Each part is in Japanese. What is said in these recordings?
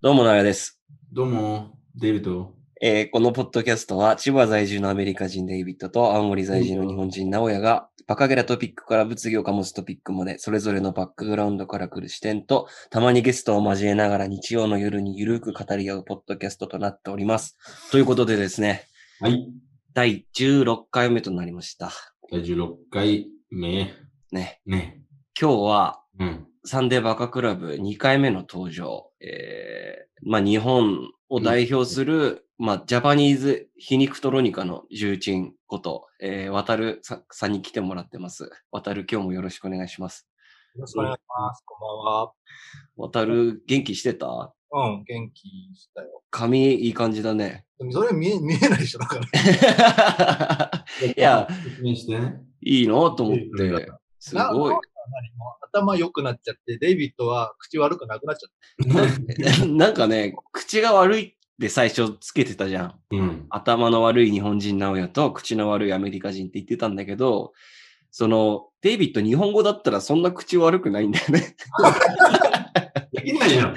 どうも、長です。どうも、デイビッド。えーこのポッドキャストは、千葉在住のアメリカ人デイビッドと青森在住の日本人直哉が、バカゲラトピックから物議を醸すトピックまで、それぞれのバックグラウンドから来る視点と、たまにゲストを交えながら日曜の夜にゆるく語り合うポッドキャストとなっております。ということでですね、はい。第16回目となりました。第16回目。ね。ね。今日は、うん。サンデーバカクラブ2回目の登場。えー、まあ日本を代表する、まあジャパニーズ皮肉トロニカの重鎮こと、えー、渡るささんに来てもらってます。渡る今日もよろしくお願いします。よろしくお願いします。こん渡る元気してたばんは。うん、元気したよ。髪いい感じだ ね。でもそれ見え 見えないでしょ、だから。いや、説明して。いいのと思っいい髪て型。すごい な。何もう頭良くなっちゃって、デイビッドは口悪くなくなっちゃっなんかね、口が悪いって最初つけてたじゃん。うん。頭の悪い日本人直哉と口の悪いアメリカ人って言ってたんだけど、その、デイビッド日本語だったらそんな口悪くないんだよね。 できないじゃん。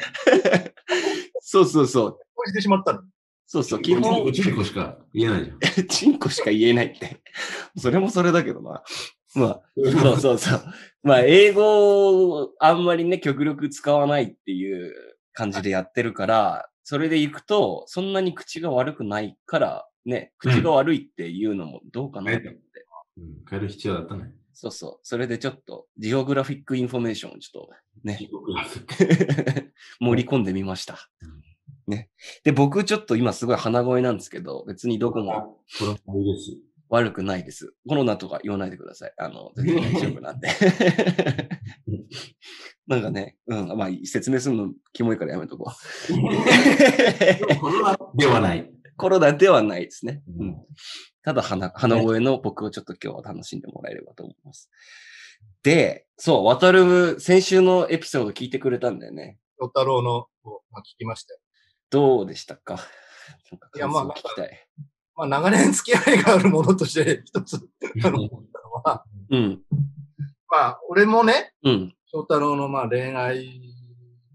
そうそうそう。た。こうしてしまったの。そうそう、基う本、ちこしか言えないじゃん。チンコしか言えないって。 それもそれだけどな。まあ、そうそうそう。まあ、英語をあんまりね、極力使わないっていう感じでやってるから、それで行くと、そんなに口が悪くないから、ね、口が悪いっていうのもどうかなと思って。うん変える必要だったね。そうそう。それでちょっと、ジオグラフィックインフォメーションをちょっと ね、盛り込んでみました。ね。で、僕ちょっと今すごい鼻声なんですけど、別にどこもこれは無理です。悪くないです。コロナとか言わないでください。あの、全然大丈夫なん で。なんかね、うん、まあ説明するのキモいからやめと こう。これはではない。コロナではないですね。ううんん、ただ鼻、鼻声の僕をちょっと今日は楽しんでもらえればと思います。で、そう、渡る、先週のエピソード聞いてくれたんだよね。ロタロウのを、まあ、聞きましたよ。どうでしたかなんかいやまあ感想聞きたい。まあ、長年付き合いがあるものとして、 一つ、あの、思ったのは、うん、まあ、俺もね、うん、翔太郎のまあ恋愛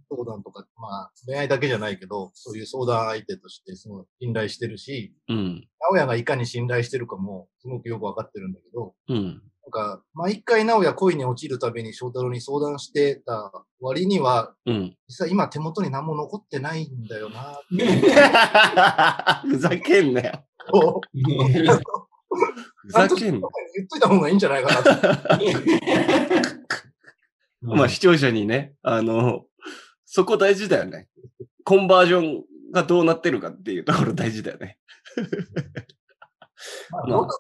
相談とか、まあ、恋愛だけじゃないけど、そういう相談相手として、すごい信頼してるし、うん、直哉がいかに信頼してるかも、すごくよくわかってるんだけど、うん、なんか、毎回直哉恋に落ちるたびに翔太郎に相談してた割には、 うん。実は今手元に何も残ってないんだよな、ふざけんなよ。と、 ふざけんな。言っといた方がいいんじゃない かなと。まあ視聴者にね、あの、そこ大事だよね。コンバージョンがどうなってるかっていうところ大事だよね。あまあ翔太郎はね、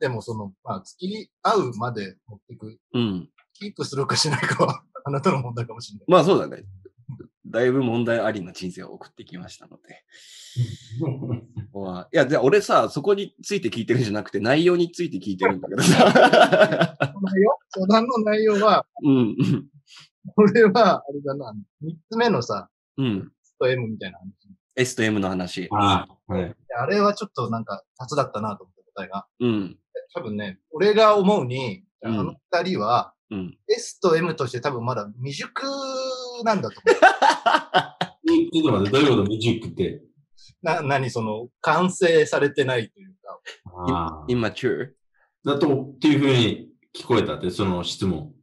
でもその、まあ、付き合うまで持っていく、うん。キープするかしないかは、 あなたの問題かもしれない。まあそうだね。だいぶ問題ありの人生を送ってきましたので。ここはいや、じゃあ俺さ、そこについて聞いてるんじゃなくて、内容について聞いてるんだけど さ。内容相談の内容は、うん、これは、あれだな、三つ目のさ、うん。うん。 S と M みたいな話。 S と M の話。ああ、はい。あれはちょっとなんか、雑だったなと思った答えが。うん。多分ね、俺が思うに、あうんの二人は、うん。 S と M として多分まだ未熟なんだと思う。ちょっと待って、どういうことミュージックって。な、 何その、完成されてないというか。ああ immature。だと、っていうふうに聞こえたって、その質問。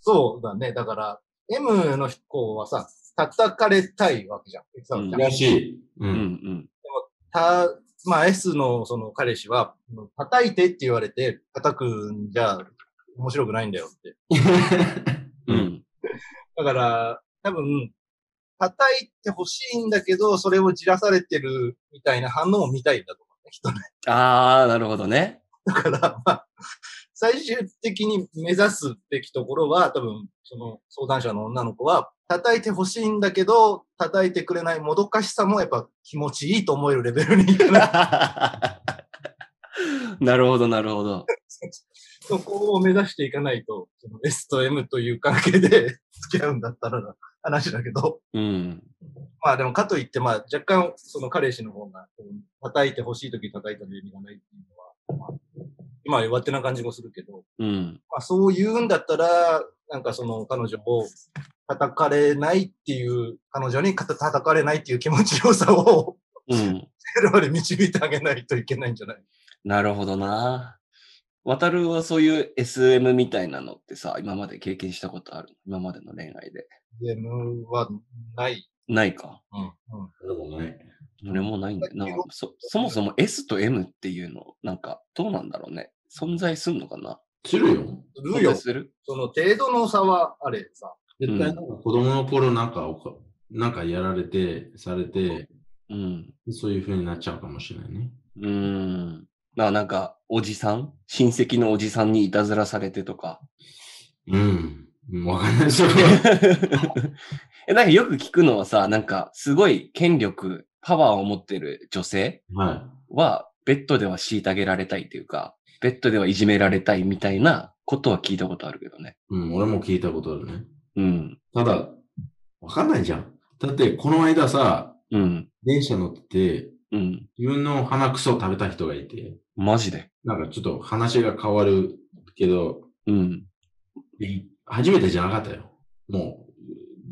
そうだね。だから、M の子はさ、叩かれたいわけじゃん。そううんじゃんらしい。う。うんん、た、まあ S のその彼氏は、叩いてって言われて、叩くんじゃ面白くないんだよって。うん。うん。だから、多分、叩いてほしいんだけど、それをじらされてるみたいな反応を見たいんだと思うね、人あー、なるほどね。 から、まあ、最終的に目指すべきところは、多分、その相談者の女の子は、叩いてほしいんだけど、叩いてくれないもどかしさもやっぱ気持ちいいと思えるレベルにいかない。 なるほど、なるほど。そこを目指していかないと、その S と M という関係で付き合うんだったらな話だけど、うん。まあでもかといって、まあ若干その彼氏の方がこう叩いてほしい時に叩いたの意味がないっていうのは、まあ、今は弱手な感じもするけど、うん。まあ、そう言うんだったら、なんかその彼女を叩かれないっていう、彼女に叩かれないっていう気持ちよさを、うん。我々導いてあげないといけないんじゃないなるほどな。渡るはそういう SM みたいなのってさ、今まで経験したことある今までの恋愛で。 ?DM はない。ないか。うん。うん。でもね。俺もないんだよな。そ、そもそも S と M っていうの、なんか、どうなんだろうね。存在すんのかなするよ。するよ存在。するその程度の差はあれさ。絶対なんか子供の頃なんかおか、なんかやられて、されて、うん。そういう風になっちゃうかもしれないね。うーん。まあなんか、おじさん親戚のおじさんにいたずらされてとか。 うん。うんわかんない。それは。え、なんかよく聞くのはさ、なんか、すごい権力、パワーを持ってる女性はは、ベッドでは虐げられたいというか、ベッドではいじめられたいみたいなことは聞いたことあるけどね。い。うん、俺も聞いたことあるね。うん。ただ、わかんないじゃん。だって、この間さ、うん。電車乗ってて、うん。自分の鼻くそを食べた人がいて、マジで。なんかちょっと話が変わるけど、うん。初めてじゃなかったよ。も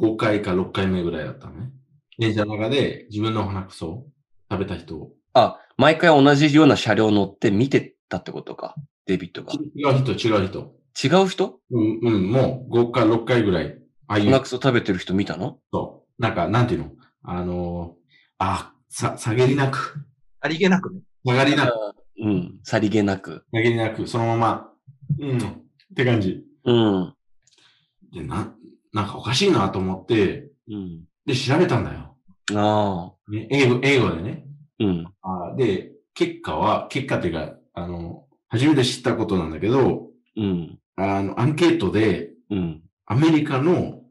う、5回か6回目ぐらいだったね。電車の中で自分の鼻くそを食べた人を、あ、毎回同じような車両乗って見てたってことか。デビットが。違う人、違う人。違う人うん、うん、もう5回、6回ぐらい、ああい鼻うくそ食べてる人見たの人、なんか、なんていうのあのー、あ、さ、下げりなく、ありげなくね。下がりなく、うん。さりげなく。下げりなく、そのまま、うん、って感じ。うん。で、な、なんかおかしいなと思って、うん。で、調べたんだよ。ああ。ね、英語、英語でね。うん。あーで、結果は、結果っていうか、あの、初めて知ったことなんだけど、うん。あの、アンケートで、うん。アメリカの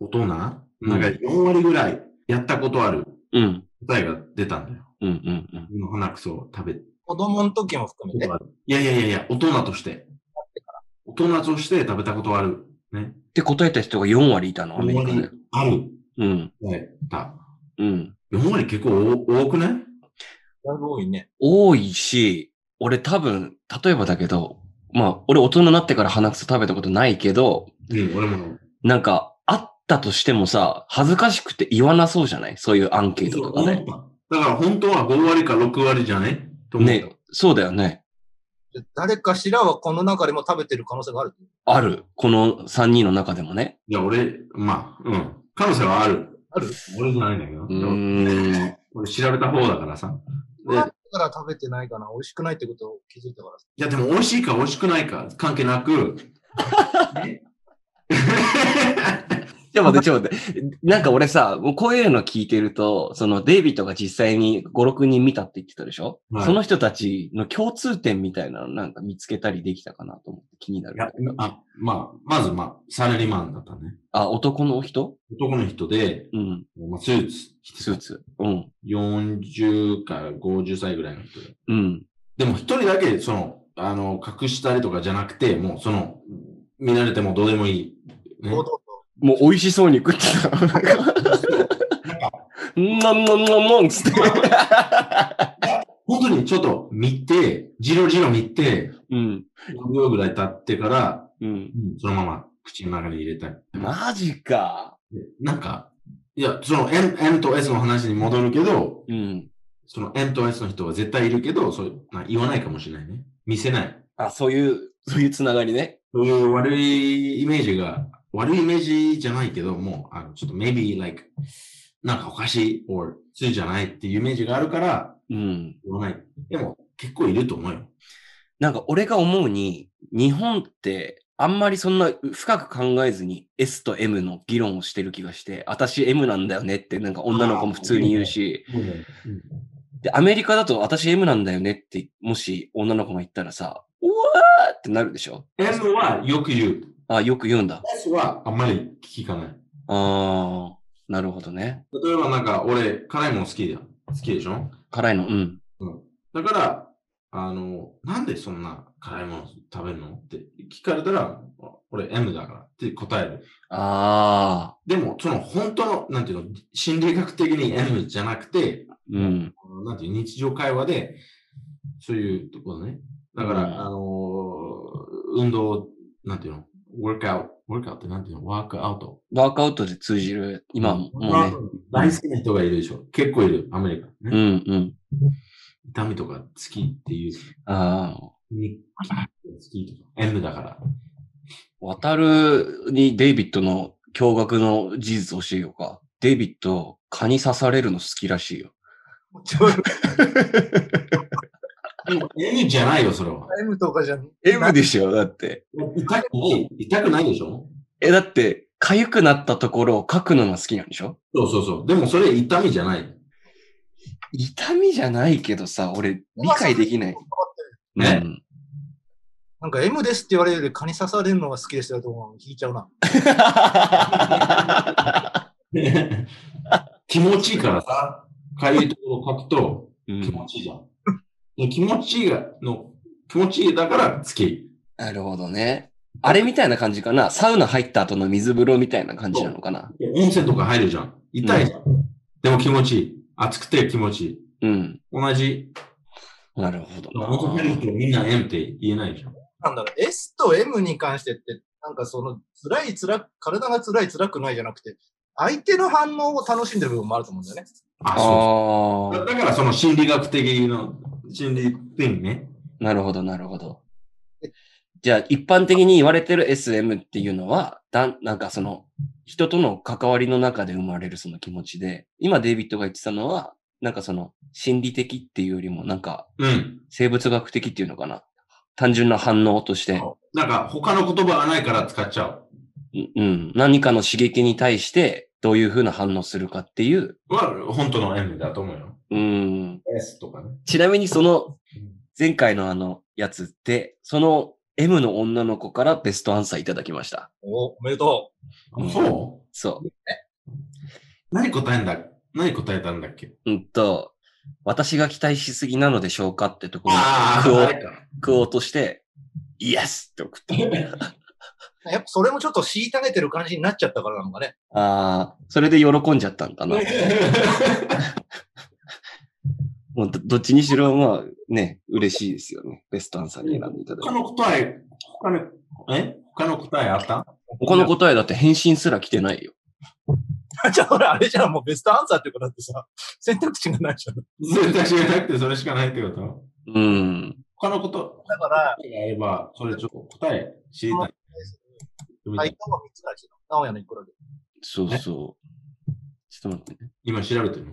大人、なんか4割ぐらいやったことあるうん。答えが出たんだよ。うん。うん。うん。自分の鼻くそを食べた子供の時も含こめてと。ある。いやいやいやいや、大人として。大人として食べたことある。ね。って答えた人が4割いたの、アメリカで。ある。うん。ね、た。うん。 4割結構多多くないだいぶ多いね。多いし、俺多分、例えばだけど、まあ、俺大人になってから鼻くそ食べたことないけど、うん、俺も。なんか、あったとしてもさ、恥ずかしくて言わなそうじゃないそういうアンケートそうとか思っね。ただから本当は5割か6割じゃねと思ったね、そうだよね。で誰かしらはこの中でも食べてる可能性がある。ある。この3人の中でもね。いや、俺、まあ、うん。可能性はある。ある俺じゃないんだけど。うーん。俺調べた方だからさ。でだから食べてないかな、美味しくないってことを気づいたからさ。いや、でも美味しいか美味しくないか関係な く。ねちょっと待って、ちょっと待って。なんか俺さ、もうこういうの聞いてると、そのデイビッドが実際に5、6人見たって言ってたでしょ、はいその人たちの共通点みたいなのなんか見つけたりできたかなと思って気になるい。や、あ、まあ、まず、まあ、サラリーマンだったね。あ、男の人男の人で、うん。まあ、スーツ着てスたーツ。うん。 40から50歳ぐらいの人で。うん。でも一人だけ、その、あの、隠したりとかじゃなくて、もうその、見られてもどうでもいい。ね堂々ともう美味しそうに食ってた。なんか、なんなんなんなんつって。本当にちょっと見て、じろじろ見て、うん。 5秒ぐらい経ってから、うん。そのまま口の中に入れたり。マジか。なんか、いや、その M, M と S の話に戻るけど、うん。その M と S の人は絶対いるけど、そうな言わないかもしれないね。見せない。あ、そういう、そういうつながりね。そういう悪いイメージが、悪いイメージじゃないけど、もう、あのちょっと maybe like、なんかおかしい or ついじゃないっていうイメージがあるから、うん。言わない。でも、結構いると思うよ。なんか俺が思うに、日本ってあんまりそんな深く考えずに S と M の議論をしてる気がして、私 M なんだよねってなんか女の子も普通に言うし、で、アメリカだと私 M なんだよねって、もし女の子が言ったらさ、うわーってなるでしょ M はよく言う。あ、よく言うんだ。 S はあんまり聞かない。あー、なるほどね。例えばなんか、俺、辛いもの好きだよ。好きでしょ辛いの、うん。だから、あの、なんでそんな辛いもの食べるのって聞かれたら、俺 M だからって答える。あでも、その本当の、なんていうの、心理学的に M じゃなくて、ー、うん。なんていう、日常会話で、そういうところね。だから、うんあのー運動、なんていうの、ワークアウト。ワークアウトってなんていうのワークアウト。ワークアウトで通じる、今ももうね。大好きな人がいるでしょ。結構いる、アメリカ。うねんうん。痛みとか好きっていう。ああ。に好きとか。エンドだから。渡るにデイビッドの驚愕の事実を教えようか。デイビッド、蚊に刺されるの好きらしいよ。ちょっとエンじゃないよ、それは。 M とかじゃん。 M でしょだって。痛くない。痛くないでしょえ、だって、痒くなったところを書くのが好きなんでしょそうそうそう。でもそれ痛みじゃない。痛みじゃないけどさ、俺、理解できない。ねうんなんか M ですって言われるより蚊に刺されるのが好きですよと思うの聞いちゃうな。気持ちいいからさ、かゆいところを書くとうん気持ちいいじゃん。で気持ちいいがの、気持ちいいだから好き。なるほどね。あれみたいな感じかなサウナ入った後の水風呂みたいな感じなのかな温泉とか入るじゃん。痛いじゃん。でも気持ちいい。熱くて気持ちいい。うん。同じ。なるほどな。元入るとみんな M って言えないじゃん。なんだろう、S と M に関してって、なんかその、辛い辛く、体が辛い辛くないじゃなくて、相手の反応を楽しんでる部分もあると思うんだよね。あ、そあうあだ。だからその心理学的な、心理的にね。なるほど、なるほど。じゃあ、一般的に言われてる SM っていうのは、だんなんかその、人との関わりの中で生まれるその気持ちで、今デイビッドが言ってたのは、なんかその、心理的っていうよりも、なんか、うん。生物学的っていうのかな。単純な反応として、なんか他の言葉がないから使っちゃう。うんうん、何かの刺激に対して、どういうふうな反応するかっていう、は本当の M だと思うよ。うん。 S とかね。ちなみにその、前回のあの、やつって、その M の女の子からベストアンサーいただきました。お、おめでとうんそそう。う何答えんだ何答えたんだっけうんと、私が期待しすぎなのでしょうかってところああ、をあれか。食おうとして、イエスって送った。 う。やっぱそれもちょっと虐げてる感じになっちゃったからなのかね。 ああ、それで喜んじゃったんかな。もうどどっちにしろ、まあね、嬉しいですよね。ベストアンサーに選んでいただい他て。の答え、他の、え他の答えあった他の答えだって返信すら来てないよ。じゃあほら、あれじゃん、もうベストアンサーってことだってさ、選択肢がないじゃん。絶対知らなくてそれしかないってことうん。他のこと、だから、答えがあれば、それちょっと答え知りたい。相手も3つだし、直哉のいくらで。そうそう。ちょっと待ってね。今調べてるの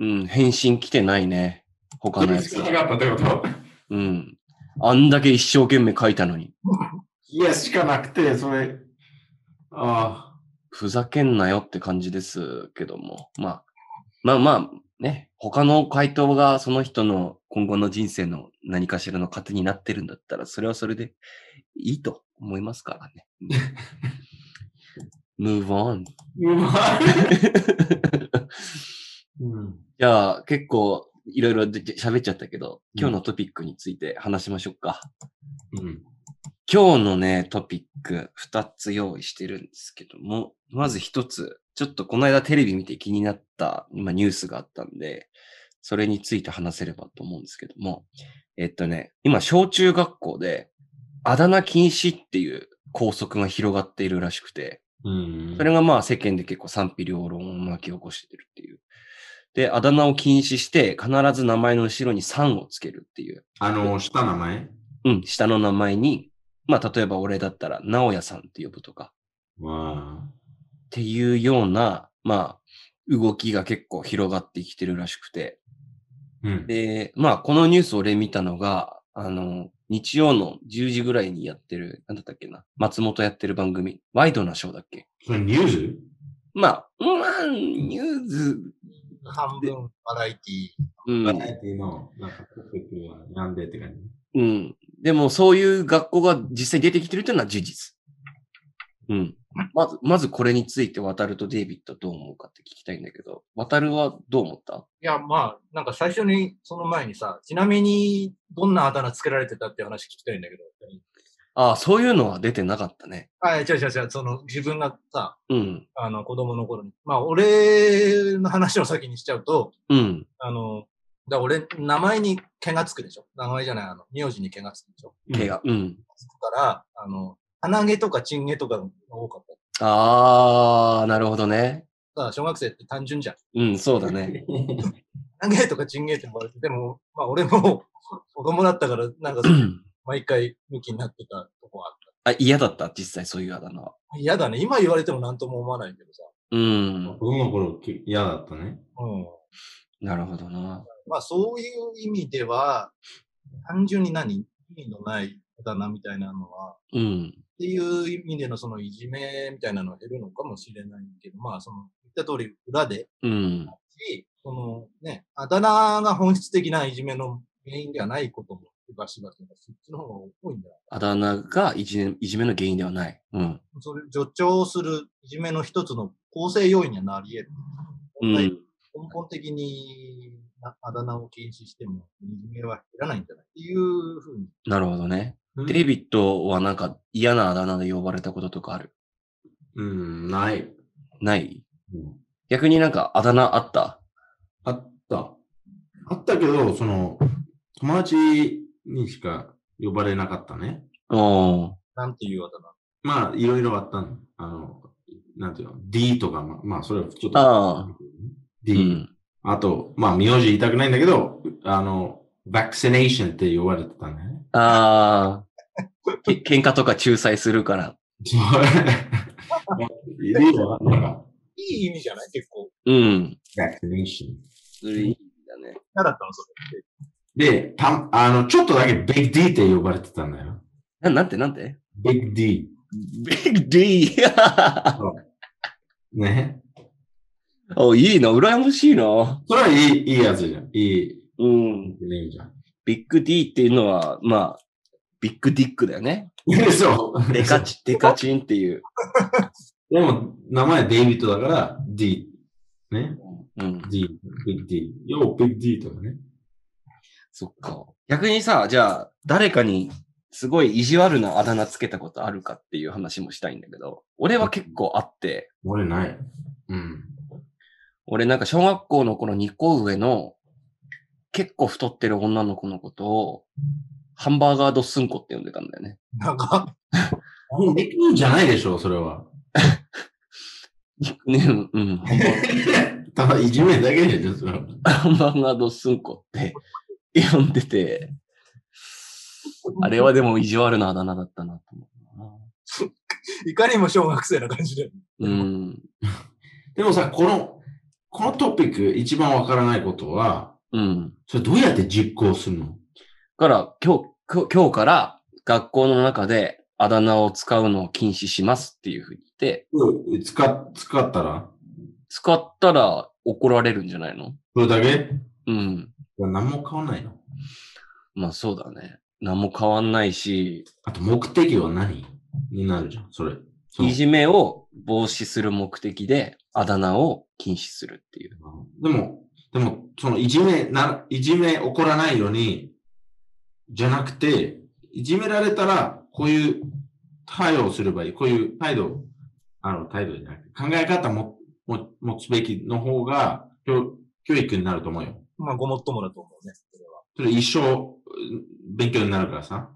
うん、返信来てないね。他そのれやしつか。なかったってことうん。あんだけ一生懸命書いたのに。いや、しかなくて、それ。ああ。ふざけんなよって感じですけども。まあ、まあまあ、ね、他の回答がその人の今後の人生の何かしらの糧になってるんだったら、それはそれでいいと思いますからね。move on. うまい。うん。じゃあ、結構いろいろでで喋っちゃったけど、今日のトピックについて話しましょうか。うん。今日のね、トピック2つ用意してるんですけども、まず1つ、ちょっとこの間テレビ見て気になった今ニュースがあったんで、それについて話せればと思うんですけども、えっとね、今小中学校であだ名禁止っていう校則が広がっているらしくて、うん。それがまあ世間で結構賛否両論を巻き起こしてるっていう。で、あだ名を禁止して必ず名前の後ろにさんをつけるっていう。あの、下名前うん、下の名前に、まあ、例えば俺だったら、直哉さんって呼ぶとか、わっていうような、まあ、動きが結構広がってきてるらしくて。あ。うん。で、まあ、このニュース俺見たのが、あの、日曜の10時ぐらいにやってる、なんだったっけな、松本やってる番組、ワイドなショーだっけそれニュースまあ、まあ、ニュース、半分、バラエティうんバラエティの、なんか、トピックはなんでって感じ。うん。でも、そういう学校が実際出てきてるというのは事実。うん。まず、まずこれについて渡るとデイビッドどう思うかって聞きたいんだけど、渡るはどう思ったいや、まあ、なんか最初に、その前にさ、ちなみに、どんなあだ名つけられてたっていう話聞きたいんだけど。ああ、そういうのは出てなかったね。あ、違う違う違う、その、自分がさ、うん。あの、子供の頃に。まあ、俺の話を先にしちゃうと、うん。あの、だから俺、名前に毛がつくでしょ名前じゃない、あの、名字に毛がつくでしょ毛が。うん。だから、あの、鼻毛とかチン毛とかが多かっあー、なるほどね。た。だから小学生って単純じゃん。うん、そうだね。 鼻毛とかチン毛って言われて、でも、まあ俺も子供だったから、 なんかうん毎回向きになってたとこはあっあ、嫌だった実際そういうあだ名は。た。嫌だね。今言われても何とも思わないけどさ。うん子。供の頃き嫌だったね。うん。なるほどな。まあそういう意味では、単純に何意味のないあだ名みたいなのは、うん。っていう意味でのそのいじめみたいなのは減るのかもしれないけど、まあその言った通り裏で、うん。しそのね、あだ名が本質的ないじめの原因ではないこともバシバシそっちの方が多いんだよ。あだ名がいじめいじめの原因ではない。うん。それ助長するいじめの一つの構成要因にはなり得る。う本来ん。根本的になあだ名を禁止してもいじめは減らないんじゃないっていうふうに。なるほどね。デイビッドはなんか嫌なあだ名で呼ばれたこととかあるうん、ない。ないうん逆になんかあだ名あったあった。あったけど、その、友達にしか呼ばれなかったね。うん。なんていうあだ名まあ、いろいろあったの。あの、なんていうの、D とか、まあ、まあ、それはちょっと。あ D、あと、まあ、名字言いたくないんだけど、あの、バクシネーションって呼ばれてたね。ああ。け喧嘩とか仲裁するから。そういるよ、なんか。いい意味じゃない結構。うん。バクシネーション。それいいんだね。嫌だったのそで、た、あの、ちょっとだけ Big D って呼ばれてたんだよ。ななんてなんて Big D。 ?Big D! ね。 お、いいな。羨ましいな。それはいい、いいやつじゃん。いい、うん。ネームじゃん。ビッグ D っていうのは、まあ、ビッグディックだよね。そう。デカチ、デカチンっていう。でも、名前デイビッドだから、D。ね。うん。 D。Big D。よ、Big D とかね。そっか。逆にさ、じゃあ、誰かに、すごい意地悪なあだ名つけたことあるかっていう話もしたいんだけど、俺は結構あって、俺ない。うん。俺なんか小学校の頃2個上の、結構太ってる女の子のことを、ハンバーガードスンコって呼んでたんだよね。 れ。なんか、もう、ニックネームじゃないでしょ、それは。 ね、うんうん。ハンバーただ、いじめだけでしょ、それは。ハンバーガードスンコって呼んでて、あれはでも意地悪なあだ名だったなと思うないかにも小学生な感じで。うん。でもさ、この、このトピック一番わからないことは、うん。それどうやって実行するのから、今日、今日今日から学校の中であだ名を使うのを禁止しますっていうふうに言って、うん使、使ったら使ったら怒られるんじゃないのそれだけうん。何も変わんないの。まあそうだね。何も変わんないし、あと、目的は何になるじゃん、それ。そのいじめを防止する目的であだ名を禁止するっていう。でも、でも、そのいじめな、いじめ起こらないように、じゃなくて、いじめられたら、こういう対応をすればいい。こういう態度、あの、態度じゃなくて、考え方も、も、持つべきの方が、教教育になると思うよ。まあ、ごもっともだと思うね。それは。それ一生、うん勉強になるからさ。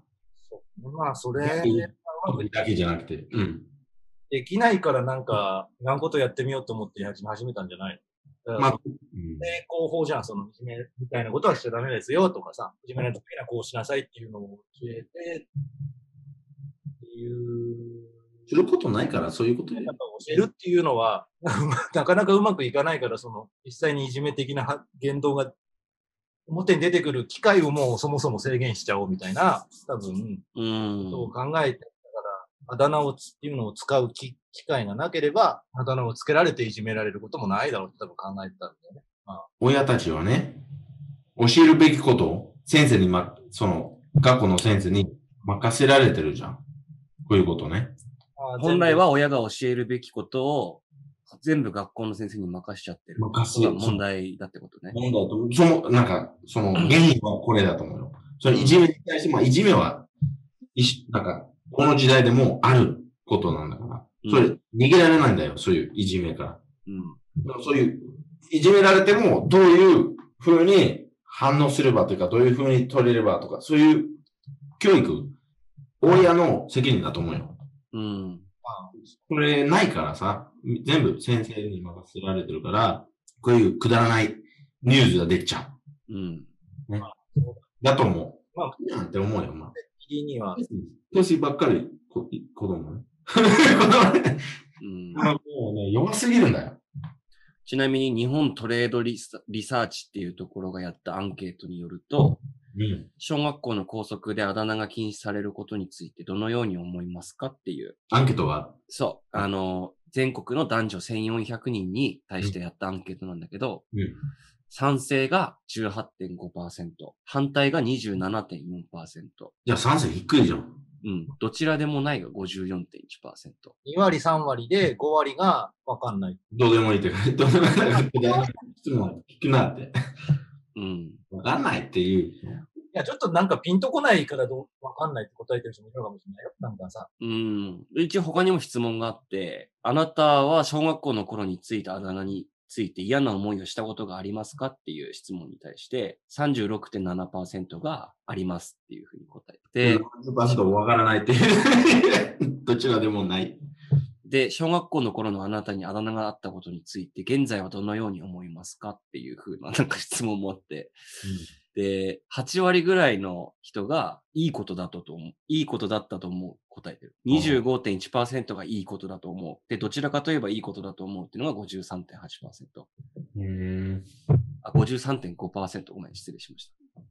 そうまあ、それはうまくだけじゃなくて。うん。できないからなんか、違うことやってみようと思ってやり始めたんじゃないのだまかあら、うん成功法じゃん、その、いじめみたいなことはしちゃダメですよとかさ、いじめの時にはこうしなさいっていうのを消えて、っていう、することないから、そういうことやでっ。ぱ教えるっていうのは、 なかなかうまくいかないから、その、実際にいじめ的なは言動が、表に出てくる機会をもうそもそも制限しちゃおうみたいな、多分、うんそう考えて、だから、あだ名をつっていうのを使うき機会がなければ、あだ名をつけられていじめられることもないだろうって多分考えてたんだよね。親たちはね、教えるべきことを先生にま、その、学校の先生に任せられてるじゃん。こういうことね。本来は親が教えるべきことを全部学校の先生に任しちゃってる。任そせう問題だってことね。問題と思う。その、なんか、その、原因はこれだと思うよ。そのいじめに対して、まあ、いじめは、いし、なんか、この時代でもうあることなんだから。それ、う逃げられないんだよ、そういういじめから。うん。でもそういう、いじめられても、どういうふうに反応すればというか、どういうふうに取れればとか、そういう教育、親の責任だと思うよ。うん。これないからさ、全部先生に任せられてるから、こういうくだらないニュースが出ちゃうん。う。だと思う。ままああ、なんて思うよ、まあ。右には、年ばっかり、こ 子供ね。子供ね。うんもうね、弱すぎるんだよ。ちなみに日本トレードリサリサーチっていうところがやったアンケートによると、うん。小学校の校則であだ名が禁止されることについてどのように思いますかっていう、アンケートはそう、あの、全国の男女1400人に対してやったアンケートなんだけど、うん賛成が18.5%、反対が27.4%、じゃあ賛成低いじゃん。うん、どちらでもないが54.1%。 2割、3割で5割がわかんない。どうでもいいって感じ。どうでもいいって感 じ。質問聞くな って。うん。わかんないっていう。いや、ちょっとなんかピンとこないからどうわかんないって答えてる人もいるのかもしれないよ。なんかさ、うん。一応他にも質問があって、あなたは小学校の頃についたあだ名について嫌な思いをしたことがありますかっていう質問に対して、36.7%がありますっていうふうに答えて、 100%わからないっていう。 どちらでもない。で、小学校の頃のあなたにあだ名があったことについて、現在はどのように思いますかっていうふうな、 なんか質問もあって、で、8割ぐらいの人がいいことだとと思う。いいことだったと思う。答えてる。ん25.1%がいいことだと思う。で、どちらかといえばいいことだと思うっていうのが53.8%。うん。あ、53.5%。ごめん、失礼しました。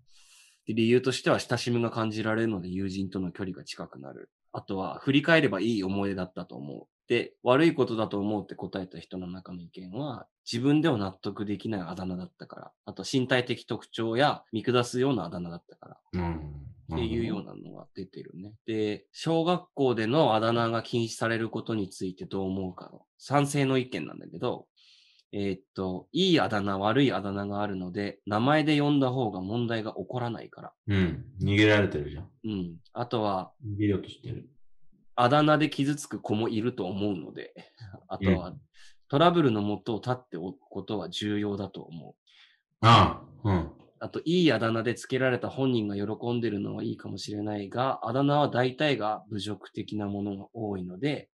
で理由としては親しみが感じられるので友人との距離が近くなる。あとは、振り返ればいい思い出だったと思う。で、悪いことだと思うって答えた人の中の意見は、自分では納得できないあだ名だったから。あと、身体的特徴や見下すようなあだ名だったから。うん。っていうようなのが出てるね。で、小学校でのあだ名が禁止されることについてどう思うかの賛成の意見なんだけど、えーっと、いいあだ名、悪いあだ名があるので、名前で呼んだ方が問題が起こらないから。うん。逃げられてるじゃん。うん。あとは、逃げようとしてる。あだ名で傷つく子もいると思うので、あとは、トラブルのもとを立っておくことは重要だと思う。ああ。うん。あと、いいあだ名で付けられた本人が喜んでるのはいいかもしれないが、あだ名は大体が侮辱的なものが多いので、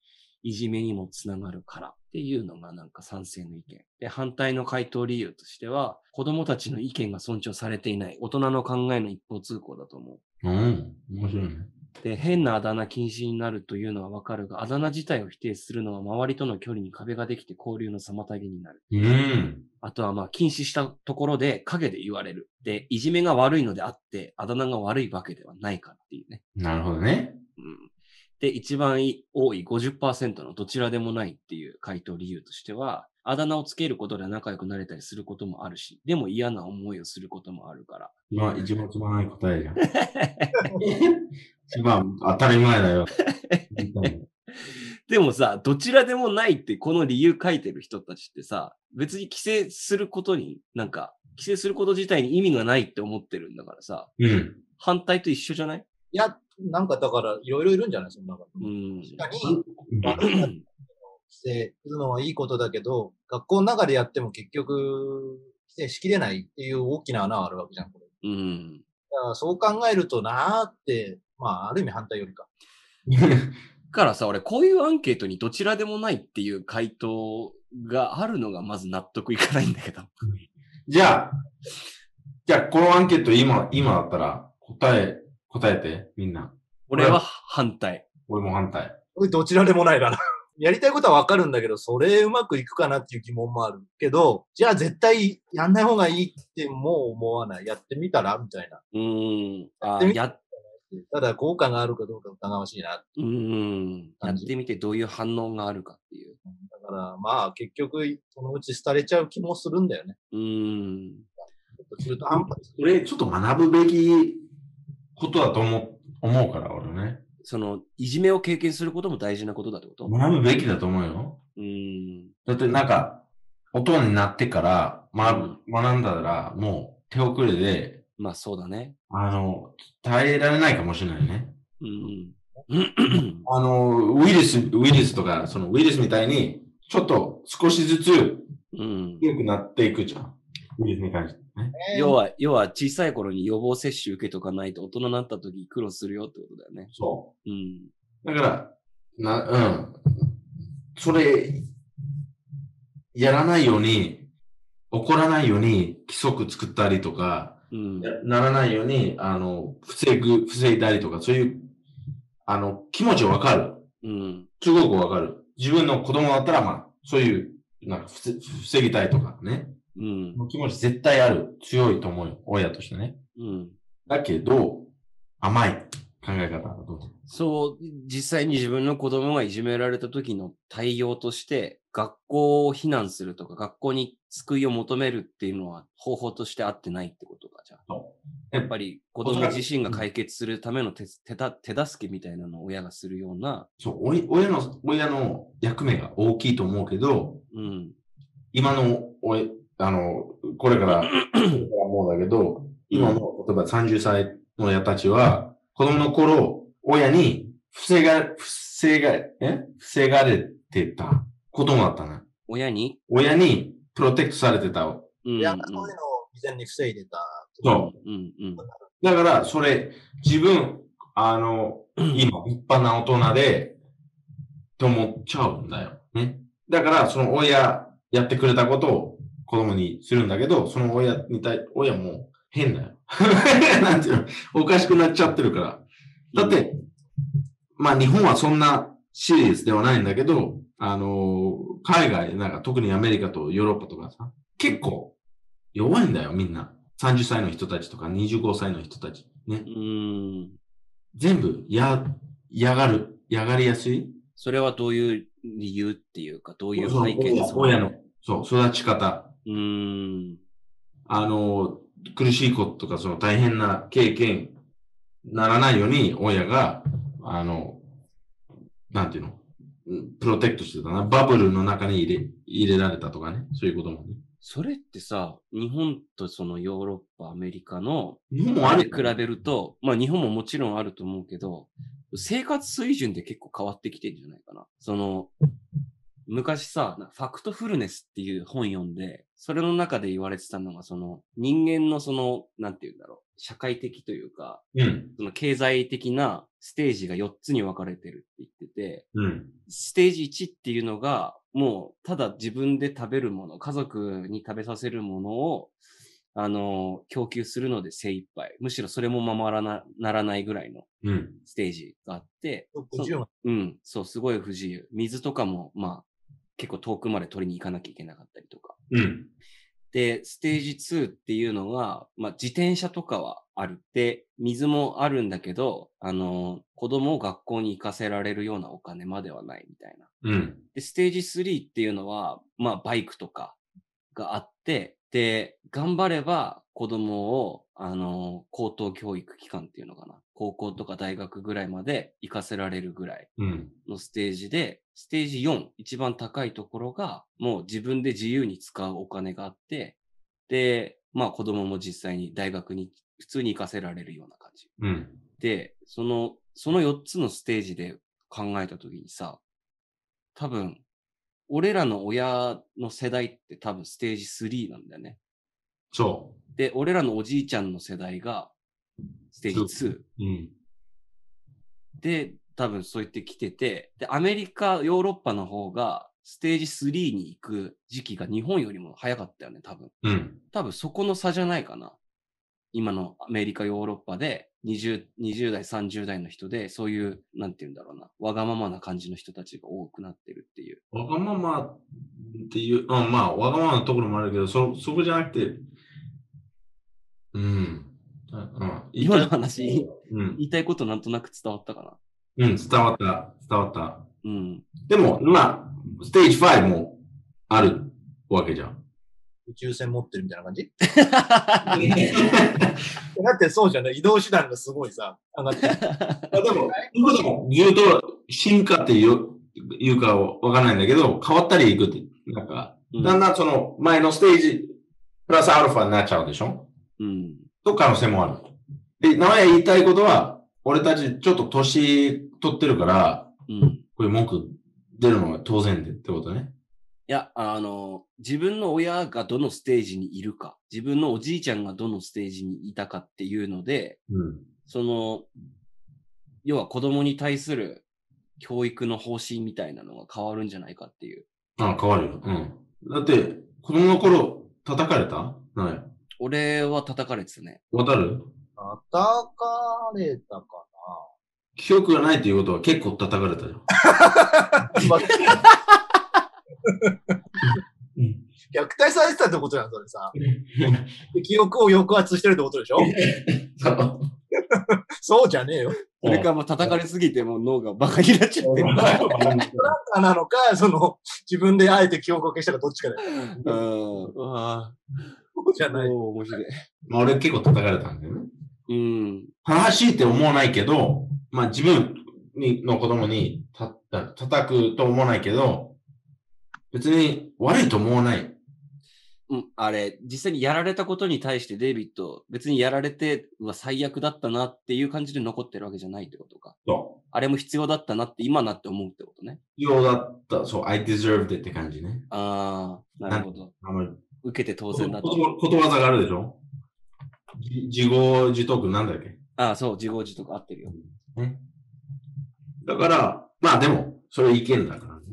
いじめにもつながるからっていうのがなんか賛成の意見。で、反対の回答理由としては、子供たちの意見が尊重されていない、大人の考えの一方通行だと思う。うん。面白いね。で、変なあだ名禁止になるというのはわかるが、あだ名自体を否定するのは周りとの距離に壁ができて交流の妨げになる。うん。あとはまあ禁止したところで影で言われる。で、いじめが悪いのであって、あだ名が悪いわけではないからっていうね。なるほどね。うん。で、一番い多い50%のどちらでもないっていう回答理由としては、あだ名をつけることで仲良くなれたりすることもあるし、でも嫌な思いをすることもあるから。今、一番つまらない答 えじゃん。一番当たり前 だよ。でもさ、どちらでもないってこの理由書いてる人たちってさ、別に規制することに、なんか、規制すること自体に意味がないって思ってるんだからさ、うん。反対と一緒じゃないいや、なんかだからいろいろいるんじゃないその中うに。ん。確かに、規制するのはいいことだけど、学校の中でやっても結局、規制しきれないっていう大きな穴があるわけじゃん、これ。うん。だからそう考えるとなーって、まあ、ある意味反対よりか。からさ、俺、こういうアンケートにどちらでもないっていう回答があるのがまず納得いかないんだけど。じゃあ、じゃあ、このアンケート今、今だったら、答え、答えて、みんな。 俺は反対。俺も反対。これどちらでもないから。 やりたいことはわかるんだけど、それうまくいくかなっていう疑問もあるけど、じゃあ絶対やんない方がいいってもう思わない。やってみたらみたいな。うーん。あやってみや、ただ効果があるかどうか疑わしいな。うーん。や感っじてみてどういう反応があるかっていう。だからまあ結局、そのうち廃れちゃう気もするんだよね。うーん。ちょっと中途半端です。俺、ちょっと学ぶべきことだと思う、思うから、俺ね。その、いじめを経験することも大事なことだってことう学ぶべきだと思うよ。ーん。だってなんか、大人になってから学ぶ学んだら、もう手遅れで、まあ、そうだね。あの、耐えられないかもしれないね。うんうん。あの、ウイルス、ウイルスとか、そのウイルスみたいに、ちょっと少しずつ うん。強くなっていくじゃん。ウイルスに関してね。要は、要は小さい頃に予防接種受けとかないと大人になった時苦労するよってことだよね。そうん。う。だから、な、うん。それ、やらないように、怒らないように規則作ったりとか、うん。やならないように、あの、防ぐ、防いだりとか、そういう、あの、気持ちわかる。うん。すごくわかる。自分の子供だったら、まあ、そういう、なんか、ふせ防ぎたいとかね。うん。気持ち絶対ある。強いと思うよ。親としてね。うん。だけど、甘い考え方だと思そう、実際に自分の子供がいじめられた時の対応として、学校を非難するとか、学校に救いを求めるっていうのは方法として合ってないってことか、じゃあ。そやっぱり子供自身が解決するための手手だ手助けみたいなのを親がするような、う。そう、おい親の、親の役目が大きいと思うけど、うん、今の、おいあの、これから、これからもうだけど、今の、例えば30歳の親たちは、子供の頃、親に、防が、防が、え防がれてた子供だったな。親に、親にプロテクトされてた。うん、いや、そういうのをう、未然に防いでた。そうんうん、だから、それ、自分、あの、今、立派な大人で、と思っちゃうんだよ。ね。だから、その親、やってくれたことを子供にするんだけど、その親に対、親も変だよ。 なんていうのおかしくなっちゃってるから。だって、まあ、日本はそんなシリーズではないんだけど、あの、海外、なんか特にアメリカとヨーロッパとかさ、結構弱いんだよ、みんな。30歳の人たちとか25歳の人たち。ねう。ん。全部、や、嫌がる。嫌がりやすい。それはどういう理由っていうか、どういうそう背景ですか親の、そう、育ち方。うん。あの、苦しいこととか、その大変な経験、ならないように、親が、あの、なんていうの、うんプロテクトしてたな。バブルの中に入れ、入れられたとかね。そういうこともね。それってさ、日本とそのヨーロッパ、アメリカの、日本もああれる比。べると、まあ日本ももちろんあると思うけど、生活水準で結構変わってきてんじゃないかな。その、昔さ、なファクトフルネスっていう本読んで、それの中で言われてたのが、その人間のその、なんて言うんだろう、社会的というか、うん。その経済的なステージが4つに分かれてるって言ってて、うん。ステージ1っていうのが、もうただ自分で食べるもの、家族に食べさせるものを、あの、供給するので精一杯。むしろそれも守らな、ならないぐらいのうん。ステージがあって、 60万。うん、そう、すごい不自由。水とかも、まあ、結構遠くまで取りに行かなきゃいけなかったりとか。うん。で、ステージ2っていうのが、まあ、自転車とかはある。で、水もあるんだけど、あの、子供を学校に行かせられるようなお金まではないみたいな。うん。で、ステージ3っていうのは、まあ、バイクとかがあって、で、頑張れば子供を、あの、高等教育機関っていうのかな。高校とか大学ぐらいまで行かせられるぐらいうん。のステージで、ステージ4、一番高いところが、もう自分で自由に使うお金があって、で、まあ子供も実際に大学に普通に行かせられるような感じ。うん。で、その、その4つのステージで考えたときにさ、多分、俺らの親の世代って多分ステージ3なんだよね。そで、俺らのおじいちゃんの世代がステージ2。う。うん。で、多分そう言ってきてて、で、アメリカ、ヨーロッパの方が、ステージ3に行く時期が日本よりも早かったよね、多分。うん。多分そこの差じゃないかな。今のアメリカ、ヨーロッパで20、20代、30代の人で、そういう、なんて言うんだろうな、わがままな感じの人たちが多くなってるっていう。わがままっていう、うん、まあ、わがままのところもあるけど、そ、そこじゃなくて、うん。あうん、今の話、うん、言いたいことなんとなく伝わったかな。うん、伝わった、伝わった。うん。でも、まあ、ステージ5もあるわけじゃん。宇宙船持ってるみたいな感じだってそうじゃない。移動手段がすごいさ、上がってる。あでも、僕でも、ずっと進化っていう、いうかはわからないんだけど、変わったりいくって、なんか、うんだんだんその前のステージ、プラスアルファになっちゃうでしょうん。と可能性もある。で、名前言いたいことは、俺たちちょっと年取ってるから、うん。こういう文句出るのが当然でってことね。いや、あの、自分の親がどのステージにいるか、自分のおじいちゃんがどのステージにいたかっていうので、うん。その、要は子供に対する教育の方針みたいなのが変わるんじゃないかっていう。あ、変わるよ。うん。だって、子供の頃、叩かれたない。俺は叩かれてたね。わかる叩かれたか記憶がないっていうことは結構叩かれたよ。なまあうん。虐待されてたってことじゃん、それさ。で記憶を抑圧してるってことでしょそう。そうじゃねえよ。それかもう叩かれすぎてもう脳がバカになっちゃってる。なのか、その、自分であえて記憶を消したかどっちかだよ。うん。うわそうじゃぁない。おー面白い。 まあ俺結構叩かれたんだよね。うん。正しいって思わないけど、まあ自分にの子供にた叩くと思わないけど、別に悪いと思わない。うん、あれ、実際にやられたことに対してデイビッド、別にやられて、うわ、最悪だったなっていう感じで残ってるわけじゃないってことか。そう。あれも必要だったなって今なって思うってことね。必要だった。そう、I deserved it って感じね。ああ、なるほど。あんまり受けて当こと然だと。とことわざがあるでしょじ自業自得なんだっけああ、そう、自業自得合ってるよ。ね。だから、まあでも、それ意見だからね。